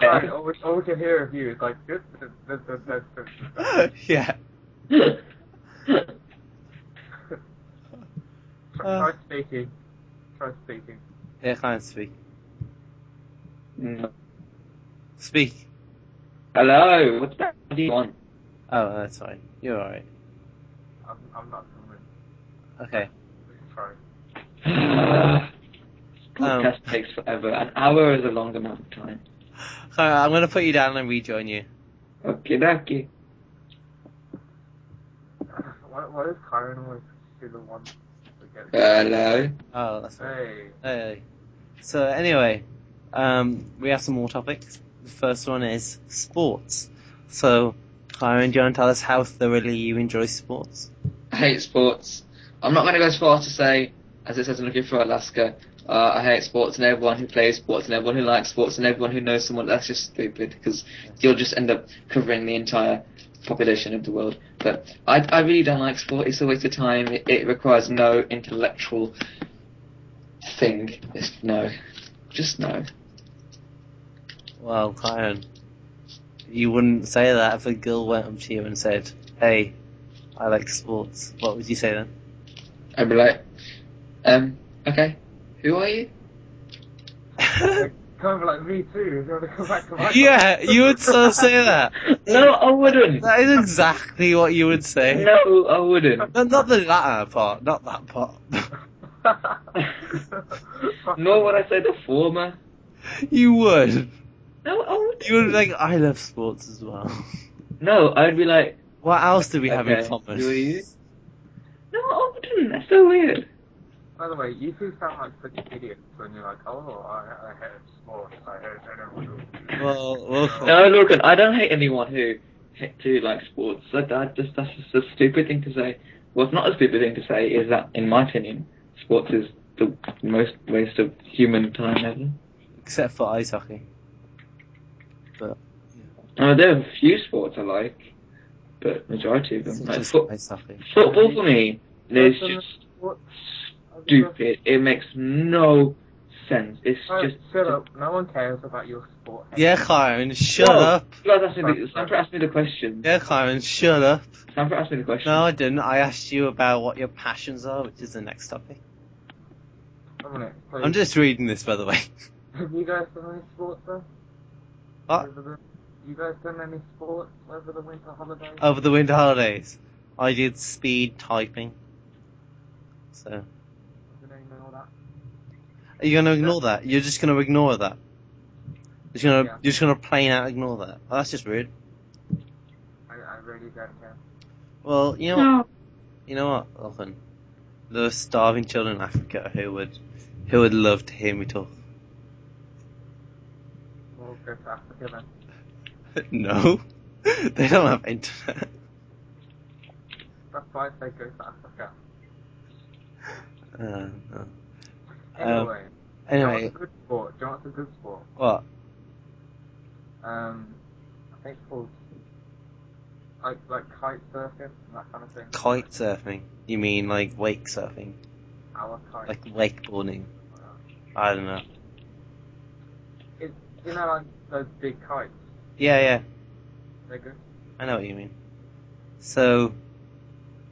[SPEAKER 3] Right, all, we- all we can hear of you is like this, this, this, this, this, this, this.
[SPEAKER 1] yeah.
[SPEAKER 3] Try,
[SPEAKER 1] Uh.
[SPEAKER 3] try speaking. Try speaking.
[SPEAKER 1] Yeah, can't speak.
[SPEAKER 2] No.
[SPEAKER 1] Speak.
[SPEAKER 2] Hello, what the hell do you want?
[SPEAKER 1] Oh, that's fine. You're alright.
[SPEAKER 3] I'm, I'm not coming.
[SPEAKER 1] Okay.
[SPEAKER 3] Try. Um.
[SPEAKER 2] Podcast takes forever. An hour is a long amount of time.
[SPEAKER 1] Alright, I'm gonna put you down and rejoin you.
[SPEAKER 2] Okie dokie.
[SPEAKER 3] Why, why does Kyron always be the one that gets...
[SPEAKER 1] Uh.
[SPEAKER 2] Hello.
[SPEAKER 1] Oh, that's right.
[SPEAKER 3] Hey,
[SPEAKER 1] Hey. So anyway, um, we have some more topics. The first one is sports. So, Kyron, do you want to tell us how thoroughly you enjoy sports?
[SPEAKER 2] I hate sports. I'm not going to go as far to say, as it says in Looking for Alaska, uh, I hate sports and everyone who plays sports and everyone who likes sports and everyone who knows someone. That's just stupid because you'll just end up covering the entire population of the world. But I, I really don't like sport. It's a waste of time. It, it requires no intellectual thing. It's no. Just no.
[SPEAKER 1] Well, Kyron, you wouldn't say that if a girl went up to you and said, "Hey, I like sports." What would you say then?
[SPEAKER 2] I'd be like, um, okay, who are you?
[SPEAKER 3] kind of like me too. If you want to come back, come back.
[SPEAKER 1] yeah, you would so say that.
[SPEAKER 2] No, I wouldn't.
[SPEAKER 1] That is exactly what you would say.
[SPEAKER 2] No, I wouldn't.
[SPEAKER 1] No, not the that part, not that part.
[SPEAKER 2] Nor would I say the former.
[SPEAKER 1] you would.
[SPEAKER 2] No, I wouldn't.
[SPEAKER 1] You would be like, I love sports as well.
[SPEAKER 2] No, I'd be like,
[SPEAKER 1] What else do we have in
[SPEAKER 2] Okay,
[SPEAKER 1] common?
[SPEAKER 2] who are you? no, I wouldn't. That's so weird.
[SPEAKER 3] By the way, you two sound like such idiots when you're like, oh, I, I hate sports. I hate I don't want to-
[SPEAKER 1] Well, well,
[SPEAKER 2] No, Logan, I don't hate anyone who who likes sports. That, that just that's just a stupid thing to say. What's not a stupid thing to say is that, in my opinion, sports is the most waste of human time ever.
[SPEAKER 1] except for ice hockey.
[SPEAKER 2] Uh, there are a few sports I like, but majority of
[SPEAKER 1] It's
[SPEAKER 2] them, like
[SPEAKER 1] just
[SPEAKER 2] foot,
[SPEAKER 1] ice hockey.
[SPEAKER 2] football for me, is just
[SPEAKER 3] What?
[SPEAKER 2] stupid. It makes no sense. It's
[SPEAKER 3] Oh,
[SPEAKER 2] just
[SPEAKER 3] shut up. No one cares about your sport.
[SPEAKER 1] Yeah, Kyron, shut
[SPEAKER 2] Whoa,
[SPEAKER 1] up.
[SPEAKER 2] You guys asked me the, Sanford asked me the question.
[SPEAKER 1] Yeah, Kyron, shut up.
[SPEAKER 2] Sanford asked me the question.
[SPEAKER 1] No, I didn't. I asked you about what your passions are, which is the next topic.
[SPEAKER 3] One minute, please.
[SPEAKER 1] I'm just reading this, by the way.
[SPEAKER 3] Have you guys done any sports though?
[SPEAKER 1] What?
[SPEAKER 3] Over the, you guys done any sports over the winter holidays?
[SPEAKER 1] Over the winter holidays, I did speed typing. So,
[SPEAKER 3] You know, and all that?
[SPEAKER 1] are you gonna ignore that? You're just gonna ignore that? You're just gonna,
[SPEAKER 3] Yeah.
[SPEAKER 1] you're just gonna plain out ignore that? Oh, that's just rude.
[SPEAKER 3] I, I really don't care.
[SPEAKER 1] Well, you know what?
[SPEAKER 2] No.
[SPEAKER 1] You know what, Lachlan? There are starving children in Africa who would who would love to hear me talk.
[SPEAKER 3] We'll go to Africa then.
[SPEAKER 1] no. they don't have internet.
[SPEAKER 3] That's why I say go to Africa.
[SPEAKER 1] Uh, no. Um,
[SPEAKER 3] Anyway, do you know
[SPEAKER 1] anyway,
[SPEAKER 3] what's a good sport? Do you know what's a good sport?
[SPEAKER 1] what?
[SPEAKER 3] Um, I think it's called like, like kite surfing and that kind of thing.
[SPEAKER 1] Kite surfing. You mean like wake surfing?
[SPEAKER 3] Our kite.
[SPEAKER 1] Like wakeboarding? I don't know.
[SPEAKER 3] It's, you know, like those big kites.
[SPEAKER 1] Yeah, yeah.
[SPEAKER 3] They're good.
[SPEAKER 1] I know what you mean. So,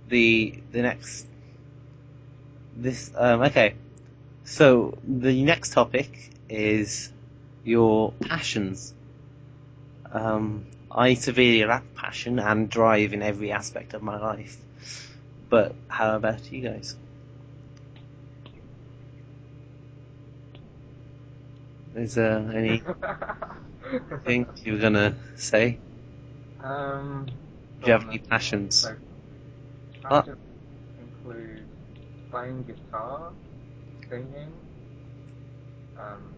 [SPEAKER 1] the the next this um okay. So the next topic is your passions. Um, I severely lack passion and drive in every aspect of my life. But how about you guys? Is there anything you were gonna say?
[SPEAKER 3] um,
[SPEAKER 1] Do you have any passions?
[SPEAKER 3] So,
[SPEAKER 1] Ah.
[SPEAKER 3] passions include playing guitar, singing, um,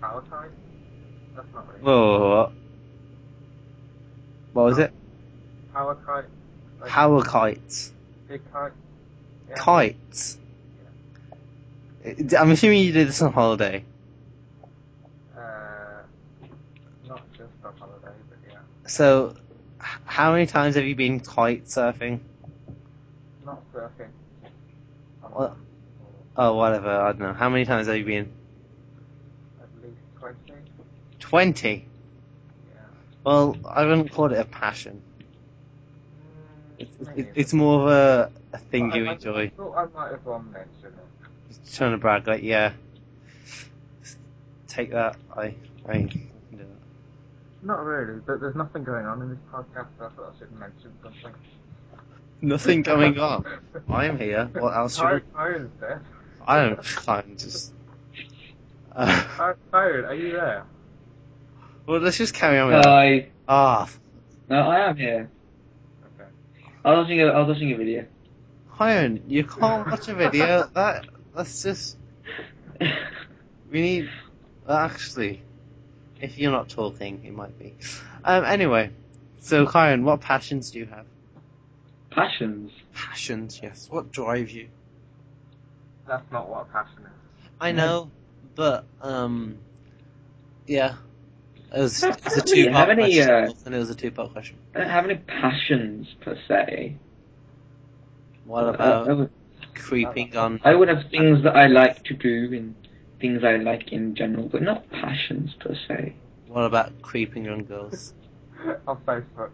[SPEAKER 3] power kite. That's not really
[SPEAKER 1] Whoa, whoa, whoa, whoa. What was it?
[SPEAKER 3] power kite. Like
[SPEAKER 1] Power kites.
[SPEAKER 3] big kite. Yeah.
[SPEAKER 1] Kites. I'm assuming you did this on holiday.
[SPEAKER 3] Uh, not just on holiday, but yeah,
[SPEAKER 1] So, h- how many times have you been kite surfing?
[SPEAKER 3] not surfing. On
[SPEAKER 1] Well-
[SPEAKER 3] or-
[SPEAKER 1] Oh, whatever, I don't know. How many times have you been?
[SPEAKER 3] At least 20?
[SPEAKER 1] 20.
[SPEAKER 3] Yeah.
[SPEAKER 1] Well, I wouldn't call it a passion.
[SPEAKER 3] Mm,
[SPEAKER 1] It's, it's,
[SPEAKER 3] maybe.
[SPEAKER 1] it's more of a, a thing
[SPEAKER 3] But
[SPEAKER 1] you
[SPEAKER 3] I, I, I
[SPEAKER 1] enjoy.
[SPEAKER 3] thought I might have one mentioned it.
[SPEAKER 1] Just trying to brag, like, yeah. Take that. I, I can do that.
[SPEAKER 3] Not really, but there's nothing going on in this podcast, so I thought I should mention something.
[SPEAKER 1] Nothing going on. I'm here. What else should we
[SPEAKER 3] Ty- Tyron's there.
[SPEAKER 1] I don't kind just. Uh,
[SPEAKER 3] Ty- Tyron, are you there?
[SPEAKER 1] well, let's just carry on with that.
[SPEAKER 2] Hi.
[SPEAKER 1] Ah,
[SPEAKER 2] No, I am here.
[SPEAKER 3] Okay.
[SPEAKER 2] I was watching a, I was watching a video.
[SPEAKER 1] Hyun, you can't watch a video. That that's just we need. Well, actually, if you're not talking, it might be. Um. Anyway, so Hyun, what passions do you have?
[SPEAKER 2] Passions.
[SPEAKER 1] Passions, yes. What drive you?
[SPEAKER 3] That's not what passion is.
[SPEAKER 1] I
[SPEAKER 2] No.
[SPEAKER 1] know, but um, yeah. It was, it was a
[SPEAKER 2] Have any-
[SPEAKER 1] two-part
[SPEAKER 2] have any,
[SPEAKER 1] question,
[SPEAKER 2] uh,
[SPEAKER 1] and it was a two-part question.
[SPEAKER 2] I don't have any passions per se.
[SPEAKER 1] What
[SPEAKER 2] I, I
[SPEAKER 1] about
[SPEAKER 2] would,
[SPEAKER 1] creeping on?
[SPEAKER 2] uh, I would have things that I like to do and things I like in general, but not passions per se.
[SPEAKER 1] What about creeping on girls
[SPEAKER 3] On Facebook.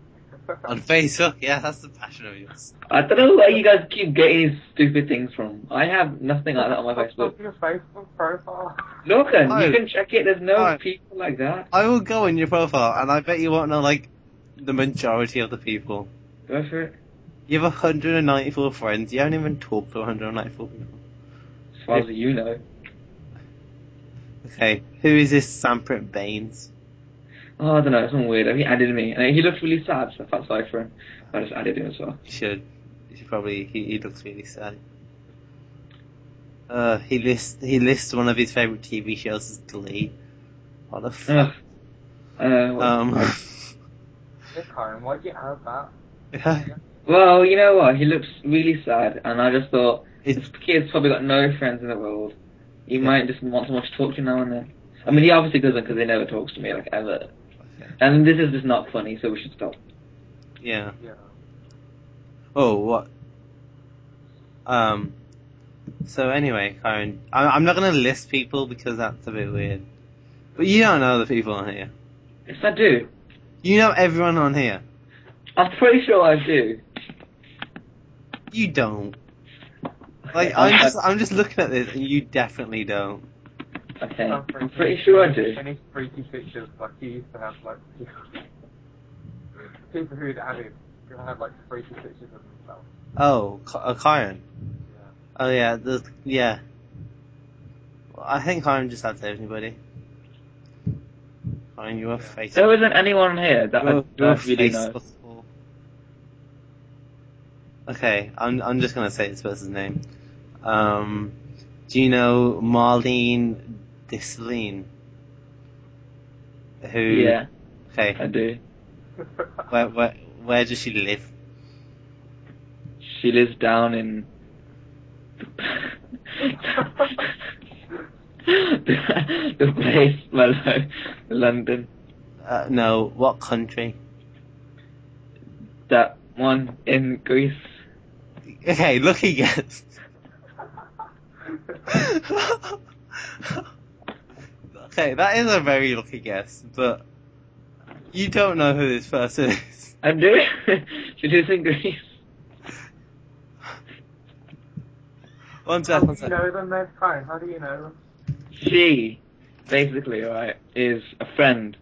[SPEAKER 1] on Facebook? Yeah, that's the passion of yours.
[SPEAKER 2] I don't know where you guys keep getting these stupid things from. I have nothing like that on my
[SPEAKER 3] What's
[SPEAKER 2] Facebook.
[SPEAKER 3] up with your Facebook profile.
[SPEAKER 2] Logan,
[SPEAKER 1] No.
[SPEAKER 2] you can check it. There's no
[SPEAKER 1] No.
[SPEAKER 2] people like that.
[SPEAKER 1] I will go in your profile, and I bet you won't know like the majority of the people.
[SPEAKER 2] Go for it.
[SPEAKER 1] You have 194 friends. You haven't even talked to 194 people.
[SPEAKER 2] As far as you know.
[SPEAKER 1] Okay, who is this Samprit Baines?
[SPEAKER 2] Oh, I don't know. Someone weird. He added me, and he looked really sad, so I felt sorry for him. I just added him as well.
[SPEAKER 1] You should. You should probably. He, he looks really sad. Uh, he lists he lists one of his favorite TV shows as Glee. What the
[SPEAKER 2] Ugh.
[SPEAKER 1] fuck?
[SPEAKER 2] Uh, well,
[SPEAKER 1] Um,
[SPEAKER 3] Look, Karen, why'd you add that?
[SPEAKER 2] well, you know what? He looks really sad, and I just thought
[SPEAKER 1] it's
[SPEAKER 2] this kid's probably got no friends in the world. He might just want someone to talk to now and then. I mean, he obviously doesn't because he never talks to me like ever. And this is just not funny, so we should stop.
[SPEAKER 1] yeah.
[SPEAKER 3] Yeah.
[SPEAKER 1] Oh what? Um. So anyway, Karen, I, I'm not gonna list people because that's a bit weird. But you don't know the people on here.
[SPEAKER 2] Yes, I do.
[SPEAKER 1] You know everyone on here.
[SPEAKER 2] I'm pretty sure I do.
[SPEAKER 1] You don't. Like
[SPEAKER 2] Okay,
[SPEAKER 1] I'm
[SPEAKER 2] I-
[SPEAKER 1] just I'm just looking at this, and you definitely don't.
[SPEAKER 2] Okay,
[SPEAKER 3] Some
[SPEAKER 2] I'm
[SPEAKER 3] freaky-
[SPEAKER 2] pretty sure I do.
[SPEAKER 3] Any freaky pictures like you used to have, like people who'd added, who had like freaky pictures of themselves.
[SPEAKER 1] Oh, K- uh, Karen.
[SPEAKER 3] Yeah.
[SPEAKER 1] Oh yeah, the yeah. Well, I think Karen just adds everybody. Karen, you're a face.
[SPEAKER 2] There isn't anyone here that
[SPEAKER 1] you're,
[SPEAKER 2] I
[SPEAKER 1] you're a
[SPEAKER 2] don't really know.
[SPEAKER 1] Facebook whore. Okay, I'm I'm just gonna say this person's name. Um, do you know Marlene Disline? Who?
[SPEAKER 2] Yeah,
[SPEAKER 1] Okay.
[SPEAKER 2] I do.
[SPEAKER 1] Where where where does she live?
[SPEAKER 2] She lives down in. the place below London.
[SPEAKER 1] Uh, no, what country?
[SPEAKER 2] That one in Greece.
[SPEAKER 1] Okay, look he gets. okay, that is a very lucky guess, but you don't know who this person is.
[SPEAKER 2] I do. she lives in Greece.
[SPEAKER 1] One
[SPEAKER 3] How
[SPEAKER 1] second,
[SPEAKER 3] do
[SPEAKER 1] one
[SPEAKER 3] you
[SPEAKER 1] second.
[SPEAKER 3] know them, then, Karen? How do you know them?
[SPEAKER 2] She, basically, right, is a friend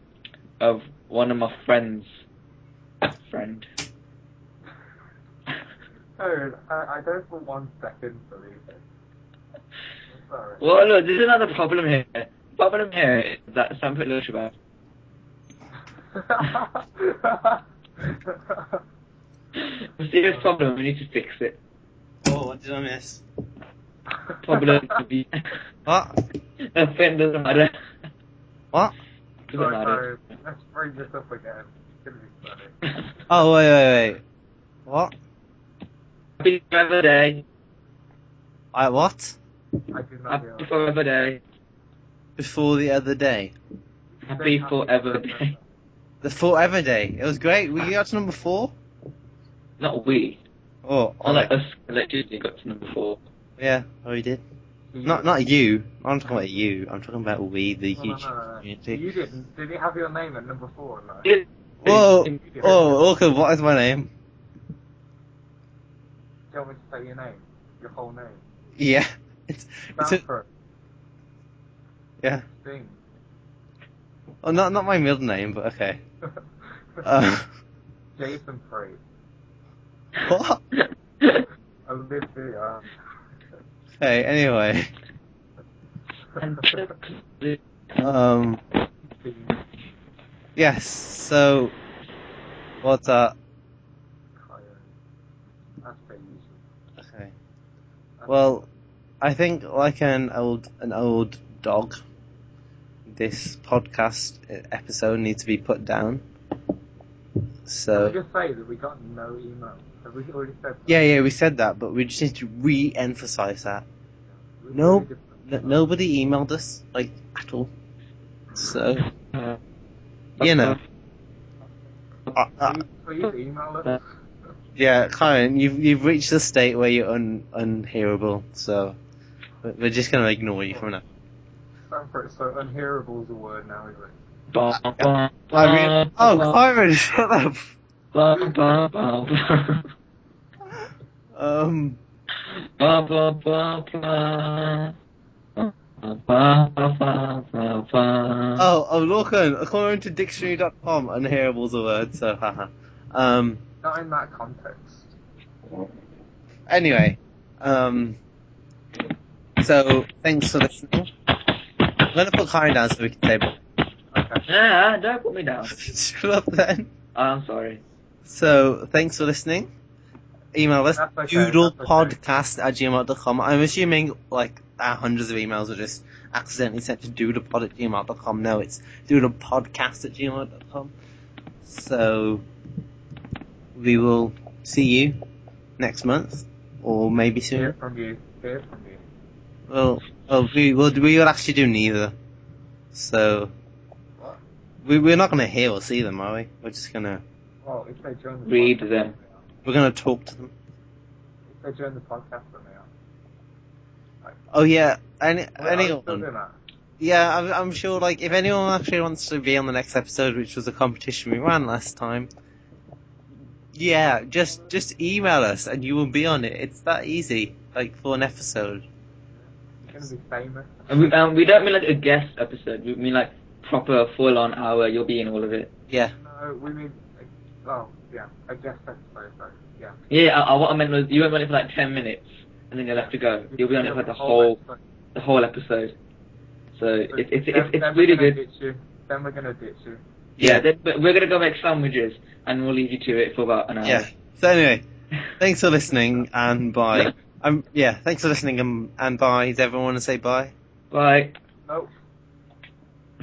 [SPEAKER 2] of one of my friends. Friend.
[SPEAKER 3] No, Oh, I, I don't for one second believe it. I'm sorry.
[SPEAKER 2] Well, look, there's another problem here. Problem here is that Sanford looks bad. A serious problem. We need to fix it.
[SPEAKER 1] Oh, what did I miss?
[SPEAKER 2] Problem to be.
[SPEAKER 1] What?
[SPEAKER 2] A friend doesn't matter.
[SPEAKER 1] What?
[SPEAKER 2] Doesn't
[SPEAKER 3] Sorry,
[SPEAKER 2] matter.
[SPEAKER 3] Karen. Let's bring this up again. It's gonna be funny.
[SPEAKER 1] Oh, wait, wait, wait. What?
[SPEAKER 2] Happy Forever Day.
[SPEAKER 1] I what?
[SPEAKER 3] I did not
[SPEAKER 2] Happy
[SPEAKER 3] hear
[SPEAKER 2] Forever Day.
[SPEAKER 1] Before the other day.
[SPEAKER 3] that.
[SPEAKER 2] Happy Forever Day.
[SPEAKER 1] The forever day. It was great. We got to number four?
[SPEAKER 2] Not we.
[SPEAKER 1] Oh,
[SPEAKER 2] Not like us collectively got to number four.
[SPEAKER 1] yeah. Oh, we did. Not not you. I'm talking about you. I'm talking about we, the
[SPEAKER 3] No, no,
[SPEAKER 1] YouTube
[SPEAKER 3] no, no.
[SPEAKER 1] community.
[SPEAKER 3] You didn't. Did it have your name at number four? No.
[SPEAKER 1] Whoa!
[SPEAKER 3] You did.
[SPEAKER 1] Oh, okay. What is my name?
[SPEAKER 3] Do you want me to say your name? Your whole name?
[SPEAKER 1] Yeah, it's it's a,
[SPEAKER 3] Sanford.
[SPEAKER 1] yeah.
[SPEAKER 3] Thing.
[SPEAKER 1] Oh, not not my middle name, but okay. Uh,
[SPEAKER 3] Jason Free.
[SPEAKER 1] what?
[SPEAKER 3] Olivia.
[SPEAKER 1] Okay. Anyway, um, yes. So, What's up?
[SPEAKER 3] Oh, yeah. That's pretty usual.
[SPEAKER 1] Okay. Well, I think like an old an old dog, this podcast e, episode needs to be put down.
[SPEAKER 3] Can we
[SPEAKER 1] So
[SPEAKER 3] just say that we got no email? Have we already said that?
[SPEAKER 1] uh, yeah, yeah, we said that, but we just need to re-emphasize that
[SPEAKER 3] We-
[SPEAKER 1] no,
[SPEAKER 3] we just-
[SPEAKER 1] N- nobody emailed us like at all. So
[SPEAKER 2] Uh,
[SPEAKER 1] you know, uh, uh,
[SPEAKER 3] Please, please email
[SPEAKER 2] uh,
[SPEAKER 3] us.
[SPEAKER 1] yeah, Karen, you've you've reached the state where you're un unhearable. So we're- we're just gonna ignore you from now.
[SPEAKER 3] Sorry for it, so unhearable is a word now, isn't it?
[SPEAKER 2] ba- ba-
[SPEAKER 1] I mean, oh,
[SPEAKER 2] ba-
[SPEAKER 1] Karen, shut up.
[SPEAKER 2] ba- ba- ba-
[SPEAKER 1] Um.
[SPEAKER 2] ba- ba- ba- ba. Ba- ba- ba- ba- ba.
[SPEAKER 1] Oh, oh, Lorcan, according to dictionary.com, unhearable is a word, so haha. Um,
[SPEAKER 3] Not in that context.
[SPEAKER 1] anyway, um, so thanks for listening. I'm gonna put Karen down so we can say bye.
[SPEAKER 3] Okay.
[SPEAKER 2] Yeah, don't put me down.
[SPEAKER 1] Shut up then.
[SPEAKER 2] I'm sorry.
[SPEAKER 1] So, thanks for listening. Email us,
[SPEAKER 3] That's okay,
[SPEAKER 1] doodlepodcast at gmail.com. I'm assuming, like, our hundreds of emails are just accidentally sent to doodlepod at gmail.com. No, it's doodlepodcast at gmail.com. So, we will see you next month, or maybe
[SPEAKER 3] Hear
[SPEAKER 1] soon.
[SPEAKER 3] from you. Hear from you.
[SPEAKER 1] Well, well, we will, we will actually do neither. So,
[SPEAKER 3] What?
[SPEAKER 1] we, we're not gonna hear or see them, are we? We're just gonna,
[SPEAKER 3] Well, if they join the
[SPEAKER 2] Read
[SPEAKER 3] podcast,
[SPEAKER 2] them.
[SPEAKER 3] they are.
[SPEAKER 1] we're gonna talk to them.
[SPEAKER 3] If they join the podcast, then they are.
[SPEAKER 1] Oh yeah, any,
[SPEAKER 3] Wait, are we still
[SPEAKER 1] anyone.
[SPEAKER 3] doing that?
[SPEAKER 1] Yeah, I'm, I'm sure, like, if anyone actually wants to be on the next episode, which was a competition we ran last time, yeah, just, just email us and you will be on it. It's that easy, like, for an episode.
[SPEAKER 3] You're gonna be famous.
[SPEAKER 2] And we, um, we don't mean like a guest episode. We mean like proper full on hour. You'll be in all of it.
[SPEAKER 1] Yeah.
[SPEAKER 3] No, we mean, uh, oh, yeah, I guess that's so, so, yeah.
[SPEAKER 2] Yeah, I, I, what I meant was you won't run it for like ten minutes, and then you'll have to go. You'll be on it for like, the whole
[SPEAKER 3] So,
[SPEAKER 2] the whole episode. So it's it's it's,
[SPEAKER 3] then- then
[SPEAKER 2] it's
[SPEAKER 3] we're
[SPEAKER 2] really
[SPEAKER 3] gonna
[SPEAKER 2] good.
[SPEAKER 3] Ditch you. Then we're gonna ditch you.
[SPEAKER 2] Yeah, then, but we're gonna go make sandwiches, and we'll leave you to it for about an hour.
[SPEAKER 1] Yeah. So anyway, thanks for listening and bye. Um, yeah, thanks for listening and, and bye. Does everyone want to say bye?
[SPEAKER 2] Bye.
[SPEAKER 3] Nope.